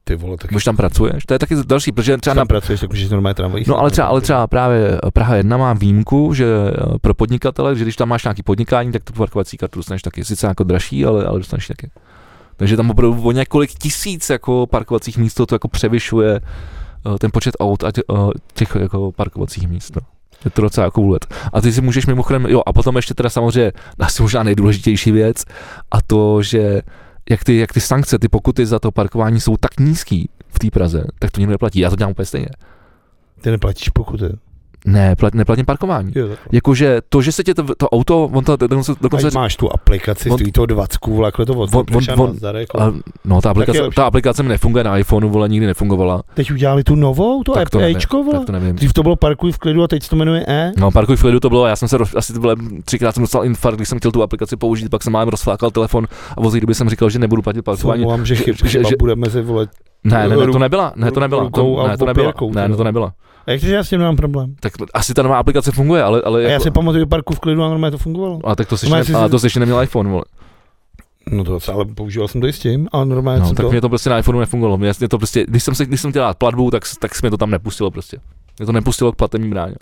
[SPEAKER 1] Ty vole, tak
[SPEAKER 2] Když tam pracuješ? To je taky další, protože třeba
[SPEAKER 1] tam
[SPEAKER 2] na,
[SPEAKER 1] pracuješ, tak můžeš normálně tramvají.
[SPEAKER 2] No ale třeba, ale třeba právě eh, Praha 1 má výjimku, že eh, pro podnikatele, že když tam máš nějaký podnikání, tak tu parkovací kartu dostaneš taky. Sice jako dražší, ale, ale dostaneš taky. Takže tam opravdu o několik tisíc jako parkovacích míst to jako převyšuje eh, ten počet aut a tě- eh, těch jako parkovacích míst. No. Je to docela jako let. A ty si můžeš mimochodem, jo, a potom ještě teda samozřejmě asi možná nejdůležitější věc, a to, že jak ty, jak ty sankce, ty pokuty za to parkování jsou tak nízký v té Praze, tak to nikdo neplatí. Já to dělám úplně stejně.
[SPEAKER 1] Ty neplatíš pokuty.
[SPEAKER 2] Ne, plat, neplatím parkování.
[SPEAKER 1] Jo,
[SPEAKER 2] Jakože to, že se tě to, to auto, on to dokonce,
[SPEAKER 1] Ať
[SPEAKER 2] dokonce
[SPEAKER 1] máš tu aplikaci,
[SPEAKER 2] on-
[SPEAKER 1] stojí to 20 vůle, jako to
[SPEAKER 2] on-
[SPEAKER 1] odstupneš a
[SPEAKER 2] on-
[SPEAKER 1] nazdar, jako.
[SPEAKER 2] ale, no, ta aplikace,
[SPEAKER 1] je lepší.
[SPEAKER 2] ta aplikace mi nefunguje na iPhoneu, vole, nikdy nefungovala.
[SPEAKER 1] Teď udělali tu novou, to,
[SPEAKER 2] Tak
[SPEAKER 1] tak
[SPEAKER 2] to nevím,
[SPEAKER 1] Ečko, vole.
[SPEAKER 2] Tak to nevím.
[SPEAKER 1] Dřív to bylo Parkuj v klidu a teď se to jmenuje E.
[SPEAKER 2] No, parkuj v klidu to bylo, já jsem se roz, asi to bylo, třikrát jsem dostal infarkt, když jsem chtěl tu aplikaci použít, pak jsem mám rozflákal telefon a od té doby jsem říkal, že nebudu platit parkování.
[SPEAKER 1] Souvám, že chyb,
[SPEAKER 2] že- že-
[SPEAKER 1] chyba
[SPEAKER 2] že-
[SPEAKER 1] budeme si volet.
[SPEAKER 2] Ne, ne, ne, to
[SPEAKER 1] Ru-
[SPEAKER 2] nebyla, ne, to nebyla,
[SPEAKER 1] rukou
[SPEAKER 2] to,
[SPEAKER 1] a
[SPEAKER 2] ne, to nebyla,
[SPEAKER 1] opěrkou,
[SPEAKER 2] ne,
[SPEAKER 1] ty
[SPEAKER 2] ne, to
[SPEAKER 1] vole.
[SPEAKER 2] nebyla.
[SPEAKER 1] A jak to, že já s tím nemám problém?
[SPEAKER 2] Tak asi ta nová aplikace funguje, ale, ale
[SPEAKER 1] A já
[SPEAKER 2] jako-
[SPEAKER 1] si pamatuju parku v klidu a normálně to fungovalo.
[SPEAKER 2] a tak to jsi,
[SPEAKER 1] No,
[SPEAKER 2] ne,
[SPEAKER 1] jestli
[SPEAKER 2] a
[SPEAKER 1] si-
[SPEAKER 2] to jsi ještě neměl iPhone, vole.
[SPEAKER 1] No to docela, ale používal jsem to i s tím, ale normálně
[SPEAKER 2] No,
[SPEAKER 1] jsem
[SPEAKER 2] tak
[SPEAKER 1] to...
[SPEAKER 2] mě to prostě na iPhoneu nefungovalo. Mě mě to prostě, když jsem, se, když jsem chtěl dát platbu, tak, tak se mě to tam nepustilo prostě. Mě to nepustilo k platební bráně.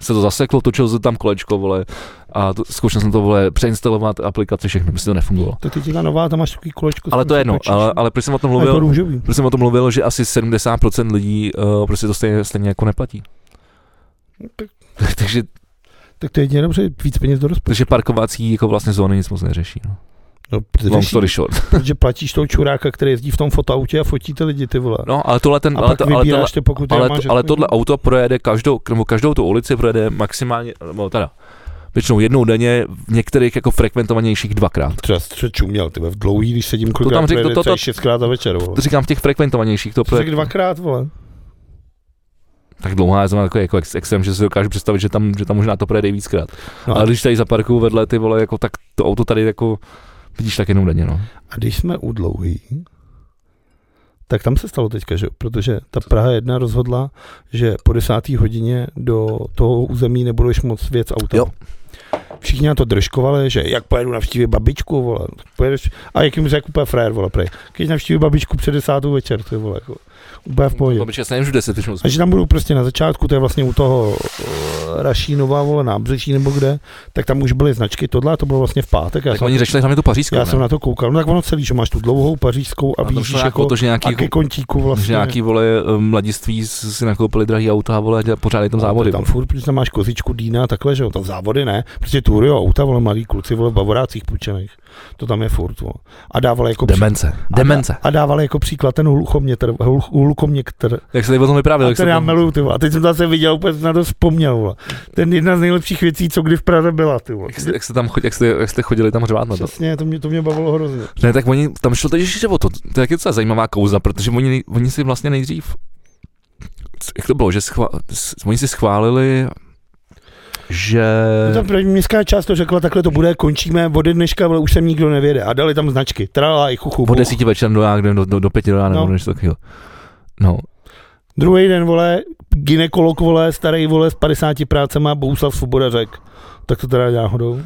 [SPEAKER 2] Se to zaseklo, točil se tam kolečko, vole, a to, zkoušel jsem to, vole, přeinstalovat aplikaci, všechno, prostě to nefungovalo.
[SPEAKER 1] To teď je ta nová, tam máš takový kolečko. s
[SPEAKER 2] Ale
[SPEAKER 1] tím,
[SPEAKER 2] to je
[SPEAKER 1] co
[SPEAKER 2] jedno,
[SPEAKER 1] točíš,
[SPEAKER 2] ale,
[SPEAKER 1] no.
[SPEAKER 2] ale proč jsem o tom
[SPEAKER 1] A je to
[SPEAKER 2] mluvil,
[SPEAKER 1] růžový.
[SPEAKER 2] proč jsem o tom mluvil, že asi 70% lidí uh, prostě to stejně, stejně jako neplatí.
[SPEAKER 1] Tak-
[SPEAKER 2] takže,
[SPEAKER 1] Tak to je jedině dobře, víc peněz do rozpočtu.
[SPEAKER 2] takže parkovací jako vlastně zóny nic moc neřeší. No.
[SPEAKER 1] No,
[SPEAKER 2] Long
[SPEAKER 1] řeší,
[SPEAKER 2] story short.
[SPEAKER 1] protože platíš toho čuráka, který jezdí v tom fotoautě a fotí ty lidi, ty vole.
[SPEAKER 2] No, ale tohle ten,
[SPEAKER 1] a
[SPEAKER 2] ale,
[SPEAKER 1] pak
[SPEAKER 2] to, ale, tohle,
[SPEAKER 1] vybíráš ty, pokud
[SPEAKER 2] ale,
[SPEAKER 1] je
[SPEAKER 2] to,
[SPEAKER 1] máš jako-
[SPEAKER 2] ale
[SPEAKER 1] aspoň-
[SPEAKER 2] tohle auto projede každou, nebo každou tu ulici projede maximálně, nebo teda většinou jednou denně, v některých jako frekventovanějších dvakrát.
[SPEAKER 1] Třeba se čuměl, ty vole, v dlouhý, když sedím
[SPEAKER 2] tam
[SPEAKER 1] kolikrát, to
[SPEAKER 2] řekl,
[SPEAKER 1] tam
[SPEAKER 2] to-
[SPEAKER 1] to,
[SPEAKER 2] to-
[SPEAKER 1] to, šestkrát za večer, vole.
[SPEAKER 2] To říkám v těch frekventovanějších,
[SPEAKER 1] To
[SPEAKER 2] to projede
[SPEAKER 1] řekl dvakrát, vole.
[SPEAKER 2] tak dlouhá, je to jako, jako ex- extrém, že si dokážu představit, že tam, že tam možná to projede i víckrát.
[SPEAKER 1] No
[SPEAKER 2] No. Ale
[SPEAKER 1] a,
[SPEAKER 2] když tady zaparkuju vedle ty vole, jako, tak to auto tady jako vidíš tak jenom denně, no.
[SPEAKER 1] a když jsme u dlouhý, tak tam se stalo teďka, že jo? protože ta Praha 1 rozhodla, že po desáté hodině do toho území nebudeš moc věc auta.
[SPEAKER 2] Jo.
[SPEAKER 1] Všichni na to držkovali, že jak pojedu navštívit babičku, vole, tak pojedeš, a jak jim řekl úplně frajer, vole, prej, když navštíví babičku před desátou večer, to je, vole, jako, úplně v pohodě.
[SPEAKER 2] No, To by čas nevím, 10 většinou.
[SPEAKER 1] A že tam budou prostě na začátku, to je vlastně u toho eh, Rašínova, vole, nábřeží nebo kde, tak tam už byly značky tohle, a to bylo vlastně v pátek. Já,
[SPEAKER 2] Tak
[SPEAKER 1] jsem,
[SPEAKER 2] oni řešili hlavně tu pařížskou,
[SPEAKER 1] já
[SPEAKER 2] ne?
[SPEAKER 1] jsem na to koukal. No tak ono celý, že máš tu dlouhou pařížskou a
[SPEAKER 2] A to
[SPEAKER 1] víš,
[SPEAKER 2] šlo jako
[SPEAKER 1] jako,
[SPEAKER 2] to, že
[SPEAKER 1] a ke
[SPEAKER 2] nějaký,
[SPEAKER 1] kontíku
[SPEAKER 2] že
[SPEAKER 1] vlastně.
[SPEAKER 2] nějaký vole eh, mladiství s- si nakoupili drahý auta a vole, a pořádají
[SPEAKER 1] A No,
[SPEAKER 2] tam
[SPEAKER 1] to
[SPEAKER 2] závody.
[SPEAKER 1] Tam
[SPEAKER 2] vole.
[SPEAKER 1] furt, protože tam máš kozičku Dýna a takhle, že jo, tam závody ne, prostě tury auta, vole, malí kluci, vole, v bavorácích půjčených, to tam je furt, vole. A dávali jako, příklad,
[SPEAKER 2] Demence. Demence.
[SPEAKER 1] a dávali jako příklad ten hluchomětr, hluch- hlukomětr,
[SPEAKER 2] Jak se tady o tom vyprávěl,
[SPEAKER 1] A
[SPEAKER 2] jak se
[SPEAKER 1] ten já
[SPEAKER 2] to-
[SPEAKER 1] miluju, ty vole. A teď jsem to zase viděl, úplně jsem na to vzpomněl, vole. Ten jedna z nejlepších věcí, co kdy v Praze byla, ty vole.
[SPEAKER 2] jak jste, jak jste tam chodili, jak jste, jak jste chodili tam řvát na to.
[SPEAKER 1] Přesně, to mě, to mě bavilo hrozně.
[SPEAKER 2] Ne, tak oni tam šlo teď ještě o to. To je taky docela zajímavá kauza, protože oni, nej- oni si vlastně nejdřív, c- jak to bylo, že schvál, oni si schválili, že...
[SPEAKER 1] No tam první městská část to řekla, takhle to bude, končíme, vody dneška, ale už sem nikdo nevěde. A dali tam značky, trala i chuchu.
[SPEAKER 2] Po desíti večer do, já, do, do, do pěti do rána,
[SPEAKER 1] No.
[SPEAKER 2] nebo něco takového. No,
[SPEAKER 1] Druhý den, vole, ginekolog, vole, starý, vole, z 50 práce má Bouslav Svoboda řek. Tak to teda náhodou.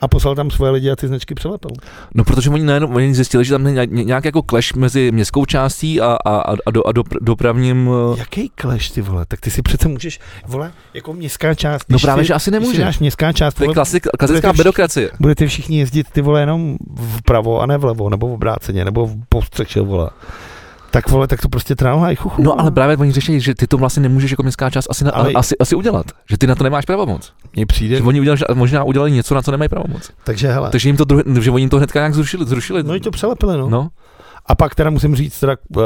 [SPEAKER 1] A poslal tam svoje lidi a ty značky přelepil.
[SPEAKER 2] no protože oni, najednou, oni zjistili, že tam je nějak- nějak jako clash mezi městskou částí a, a, a, a, do, a do, dopravním... eh,
[SPEAKER 1] Jaký kleš, ty vole, tak ty si přece můžeš, vole, jako městská část.
[SPEAKER 2] No
[SPEAKER 1] když
[SPEAKER 2] právě,
[SPEAKER 1] si,
[SPEAKER 2] že asi
[SPEAKER 1] Když si
[SPEAKER 2] nemůže.
[SPEAKER 1] dáš městská část,
[SPEAKER 2] To je
[SPEAKER 1] vole,
[SPEAKER 2] klasik, klasická
[SPEAKER 1] všichni-
[SPEAKER 2] byrokracie.
[SPEAKER 1] budete všichni jezdit ty vole jenom vpravo a ne vlevo, nebo v obráceně, nebo v postřeče vole. Tak vole, tak to prostě trává i chuchu.
[SPEAKER 2] No ale právě oni řešili, že ty to vlastně nemůžeš jako městská část asi, na,
[SPEAKER 1] Ale-
[SPEAKER 2] asi, asi udělat. Že ty na to nemáš pravomoc.
[SPEAKER 1] mně
[SPEAKER 2] Že
[SPEAKER 1] přijde.
[SPEAKER 2] oni udělali, že možná udělali něco, na co nemají pravomoc.
[SPEAKER 1] Takže hele,
[SPEAKER 2] Takže jim to, druh- že oni jim to hnedka nějak zrušili. zrušili.
[SPEAKER 1] no i to přelepili, no. no.
[SPEAKER 2] no.
[SPEAKER 1] A pak teda musím říct, teda uh,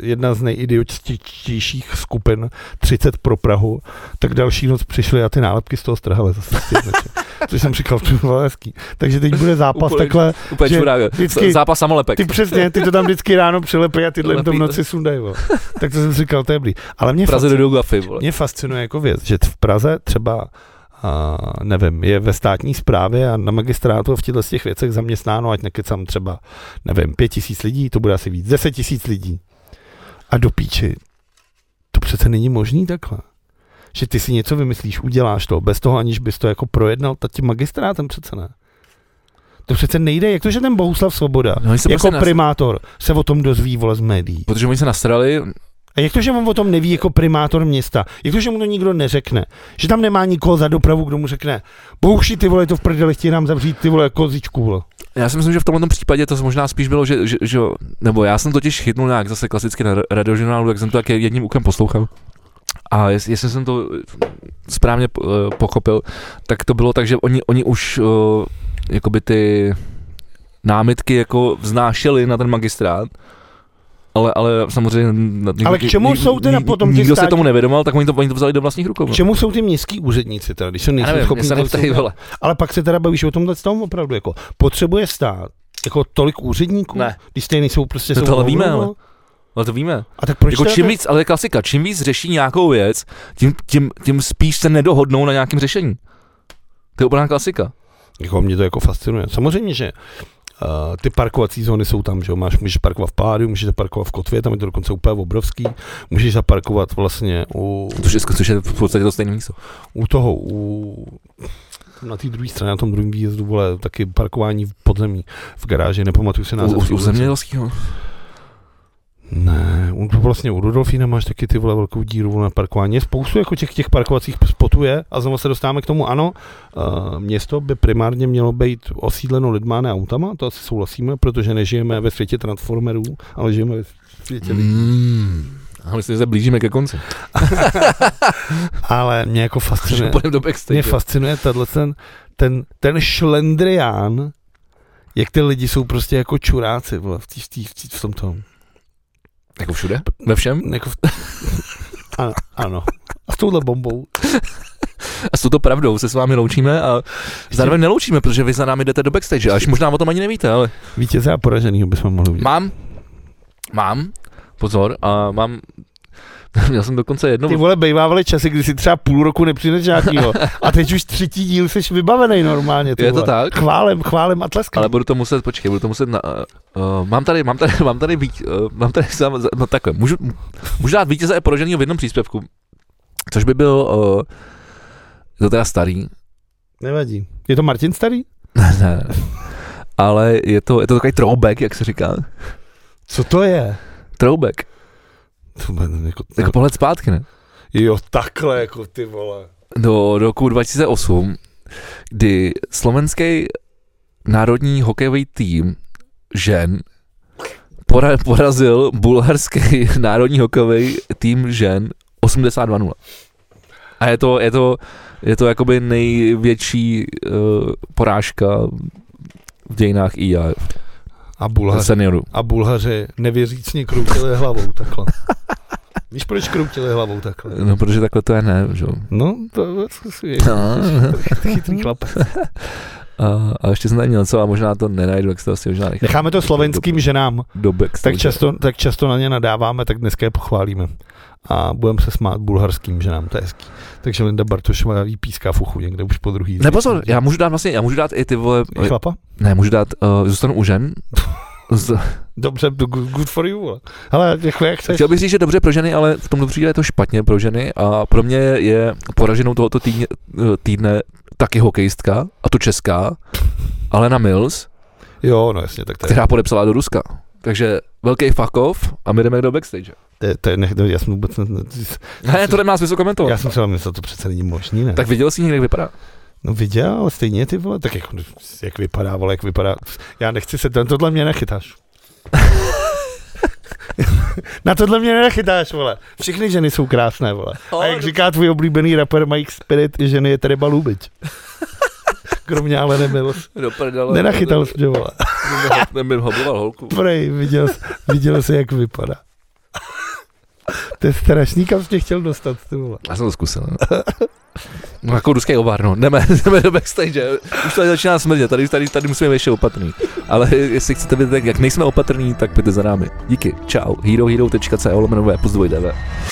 [SPEAKER 1] jedna z nejidiotičtějších skupin, 30 pro Prahu, tak další noc přišli a ty nálepky z toho strhali zase. z těch značek. Což jsem říkal, to bylo hezký. Takže teď bude zápas
[SPEAKER 2] Úplně-
[SPEAKER 1] takhle,
[SPEAKER 2] Úplně
[SPEAKER 1] Že
[SPEAKER 2] čurá.
[SPEAKER 1] vždycky-
[SPEAKER 2] Zápas samolepek.
[SPEAKER 1] ty přesně, ty to tam vždycky ráno přilepí a tyhle jim to v
[SPEAKER 2] Lepí to.
[SPEAKER 1] noci sundají. vole. Tak to jsem říkal, to je blý. Ale mě
[SPEAKER 2] v Praze
[SPEAKER 1] fascinuje-
[SPEAKER 2] do Dougafy, vole.
[SPEAKER 1] Mě fascinuje jako věc, že v Praze třeba a nevím, je ve státní správě a na magistrátu a v těchto z těch věcech zaměstnáno, ať nekecám třeba, nevím, pět tisíc lidí, to bude asi víc, deset tisíc lidí. A do píči, to přece není možný takhle. Že ty si něco vymyslíš, uděláš to, bez toho aniž bys to jako projednal, tak tím magistrátem přece ne. To přece nejde, jak to, že ten Bohuslav Svoboda,
[SPEAKER 2] No, oni se
[SPEAKER 1] jako
[SPEAKER 2] prostě nas...
[SPEAKER 1] primátor, se o tom dozví, vole, z médií.
[SPEAKER 2] Protože oni se nasrali,
[SPEAKER 1] A jak to, že on o tom neví jako primátor města? Jak to, že mu to nikdo neřekne? Že tam nemá nikoho za dopravu, kdo mu řekne, bouši ty vole, je to v prdeli, chtějí nám zavřít ty vole kozičku, vole.
[SPEAKER 2] já si myslím, že v tomhle případě to možná spíš bylo, že, že, že, nebo já jsem totiž chytnul nějak zase klasicky na ra- radiožurnálu, tak jsem to tak jedním úkem poslouchal. A jest, jestli jsem to eh, správně eh, pochopil, tak to bylo tak, že oni, oni už eh, jakoby ty námitky jako vznášeli na ten magistrát Ale, ale samozřejmě... na-
[SPEAKER 1] Ale k čemu jsou teda potom ti
[SPEAKER 2] Nikdo se
[SPEAKER 1] státní-
[SPEAKER 2] tomu nevědomal, tak oni to, oni to vzali do vlastních rukou.
[SPEAKER 1] K čemu jsou ty městskí úředníci teda, když jsou
[SPEAKER 2] No. Já
[SPEAKER 1] nejsou
[SPEAKER 2] nevím, mě
[SPEAKER 1] schopní...
[SPEAKER 2] se neptají, vole.
[SPEAKER 1] Ale pak se teda bavíš o tomhle tom opravdu, jako potřebuje stát jako tolik úředníků,
[SPEAKER 2] Ne.
[SPEAKER 1] když stejný jsou prostě...
[SPEAKER 2] No
[SPEAKER 1] jsou
[SPEAKER 2] to ale víme,
[SPEAKER 1] volno,
[SPEAKER 2] ale- Ale to víme.
[SPEAKER 1] A tak proč
[SPEAKER 2] Jako
[SPEAKER 1] teda
[SPEAKER 2] čím
[SPEAKER 1] to-
[SPEAKER 2] víc, ale klasika, čím víc řeší nějakou věc, tím, tím, tím spíš se nedohodnou na nějakém řešení. To je úplná klasika.
[SPEAKER 1] Jako mě to jako fascinuje. Samozřejmě, že Uh, ty parkovací zóny jsou tam, že jo, máš, můžeš parkovat v Pádu, můžeš zaparkovat v Kotvě, tam je to dokonce úplně obrovský, můžeš zaparkovat vlastně u,
[SPEAKER 2] Což je, což je v podstatě to stejné místo.
[SPEAKER 1] u toho, u, na té druhé straně, na tom druhém výjezdu, vole, taky parkování v podzemí, v garáži, nepamatuju si
[SPEAKER 2] U,
[SPEAKER 1] název. té
[SPEAKER 2] u, u
[SPEAKER 1] ulice.
[SPEAKER 2] zemědělského.
[SPEAKER 1] Ne, u, vlastně u Rudolfína máš taky ty vole velkou díru vole, na parkování. Je Spoustu jako těch, těch parkovacích spotů je a znovu se dostáváme k tomu, ano, uh, město by primárně mělo být osídleno lidma, ne autama, to asi souhlasíme, protože nežijeme ve světě transformerů, ale žijeme ve světě lidí.
[SPEAKER 2] Mm. A myslím, že se blížíme ke konci.
[SPEAKER 1] Ale mě jako
[SPEAKER 2] Že
[SPEAKER 1] fascinuje,
[SPEAKER 2] půjdeme do
[SPEAKER 1] mě
[SPEAKER 2] backstage.
[SPEAKER 1] fascinuje tenhle ten, ten, ten šlendrián, jak ty lidi jsou prostě jako čuráci vole, v, tý, v, tý, v, tý, v tom tom.
[SPEAKER 2] Jako všude? Ve všem?
[SPEAKER 1] Jako v... a, ano. A s touhle bombou
[SPEAKER 2] A s touto pravdou se s vámi loučíme a zároveň neloučíme, protože vy za námi jdete do backstage, až možná o tom ani nevíte, ale
[SPEAKER 1] vítěze a poraženýho bychom mohli vidět.
[SPEAKER 2] mám, mám, pozor, a mám, měl jsem dokonce jedno,
[SPEAKER 1] Ty vole, bejvávaly časy, kdy si třeba půl roku nepřines žádnýho. A teď už třetí díl jsi vybavený normálně. Ty
[SPEAKER 2] Je to
[SPEAKER 1] vole.
[SPEAKER 2] tak?
[SPEAKER 1] Chválem, chválem a tleskám.
[SPEAKER 2] ale budu to muset, počkej, budu to muset, na, uh, uh, mám tady, mám tady, mám tady, víť, uh, mám tady, sám, no takhle, můžu, můžu dát vítěze a poraženýho v jednom příspěvku, což by byl, uh, je to teda starý,
[SPEAKER 1] Nevadí. Je to Martin Starý?
[SPEAKER 2] ne, ne, ne. ale je to, je to takový throwback, jak se říká,
[SPEAKER 1] Co to je?
[SPEAKER 2] throwback,
[SPEAKER 1] To bude jako,
[SPEAKER 2] jako pohled zpátky, ne?
[SPEAKER 1] jo, takhle, jako ty vole.
[SPEAKER 2] do roku 2008, kdy slovenský národní hokejový tým žen pora- porazil bulharský národní hokejový tým žen 82-0. A je to, je to, je to jakoby největší uh, porážka v dějinách i já,
[SPEAKER 1] A Bulhaři,
[SPEAKER 2] seniorů.
[SPEAKER 1] a Bulhaři nevěřícně kroutili hlavou takhle. Víš, proč kroutili hlavou takhle?
[SPEAKER 2] No, protože takhle to je ne, že? jo.
[SPEAKER 1] No, to je chytrý chlapec.
[SPEAKER 2] A, a ještě jsem tady měl co a možná to nenajdu, jak se to asi možná nechám
[SPEAKER 1] Necháme to slovenským ženám.
[SPEAKER 2] do backstage.
[SPEAKER 1] Tak často, tak často na ně nadáváme, tak dneska je pochválíme. A budeme se smát bulharským, že nám to je hezký. Takže Linda Bartošová jí píská v uchu někde už po druhý.
[SPEAKER 2] Ne, pozor, já můžu dát vlastně, já můžu dát i ty vole,
[SPEAKER 1] I Chlapa?
[SPEAKER 2] ne, můžu dát, uh, zůstanu u žen. Z,
[SPEAKER 1] Dobře, do- good, good for you. vole. Hele, jako jak chceš.
[SPEAKER 2] chtěl bych říct, že dobře pro ženy, ale v tomto případě je to špatně pro ženy a pro mě je poraženou tohoto týdne, týdne taky hokejistka, a to česká, Alena Mills,
[SPEAKER 1] Jo, no jasně, tak to je,
[SPEAKER 2] která podepsala do Ruska. Takže velký fuck off a my jdeme do backstage.
[SPEAKER 1] to je, to je nech, já jsem vůbec, ne, ne-
[SPEAKER 2] Ne, to nemá smysl
[SPEAKER 1] já
[SPEAKER 2] komentovat.
[SPEAKER 1] jsem třeba myslel, to přece není možný, ne?
[SPEAKER 2] Tak viděl jsi někdy, jak vypadá?
[SPEAKER 1] No viděl, ale stejně ty vole, tak jako, jak vypadá, vole, jak vypadá. Já nechci se, ten, tohle mě nechytáš. Na tohle mě nenachytáš, vole. Všechny ženy jsou krásné, vole. A jak říká tvůj oblíbený rapper Mike Spirit, ženy je třeba lubit. Kromě ale nebyl.
[SPEAKER 2] Do prdele.
[SPEAKER 1] Nenachytal jsi mě, vole.
[SPEAKER 2] Nemím hoboval holku.
[SPEAKER 1] Prej, viděl, jsi- viděl jsi, jak vypadá. To je strašný, kam jsi mě chtěl dostat, ty vole.
[SPEAKER 2] Já jsem to zkusil. no. No jako ruský obár, no. Jdeme, jdeme do backstage. Už tady začíná smrdět, tady, tady, tady musíme být ještě opatrný. Ale jestli chcete vědět, jak nejsme opatrní, tak pojďte za námi. Díky, čau, herohero.co, lomenové, plus dvoj TV.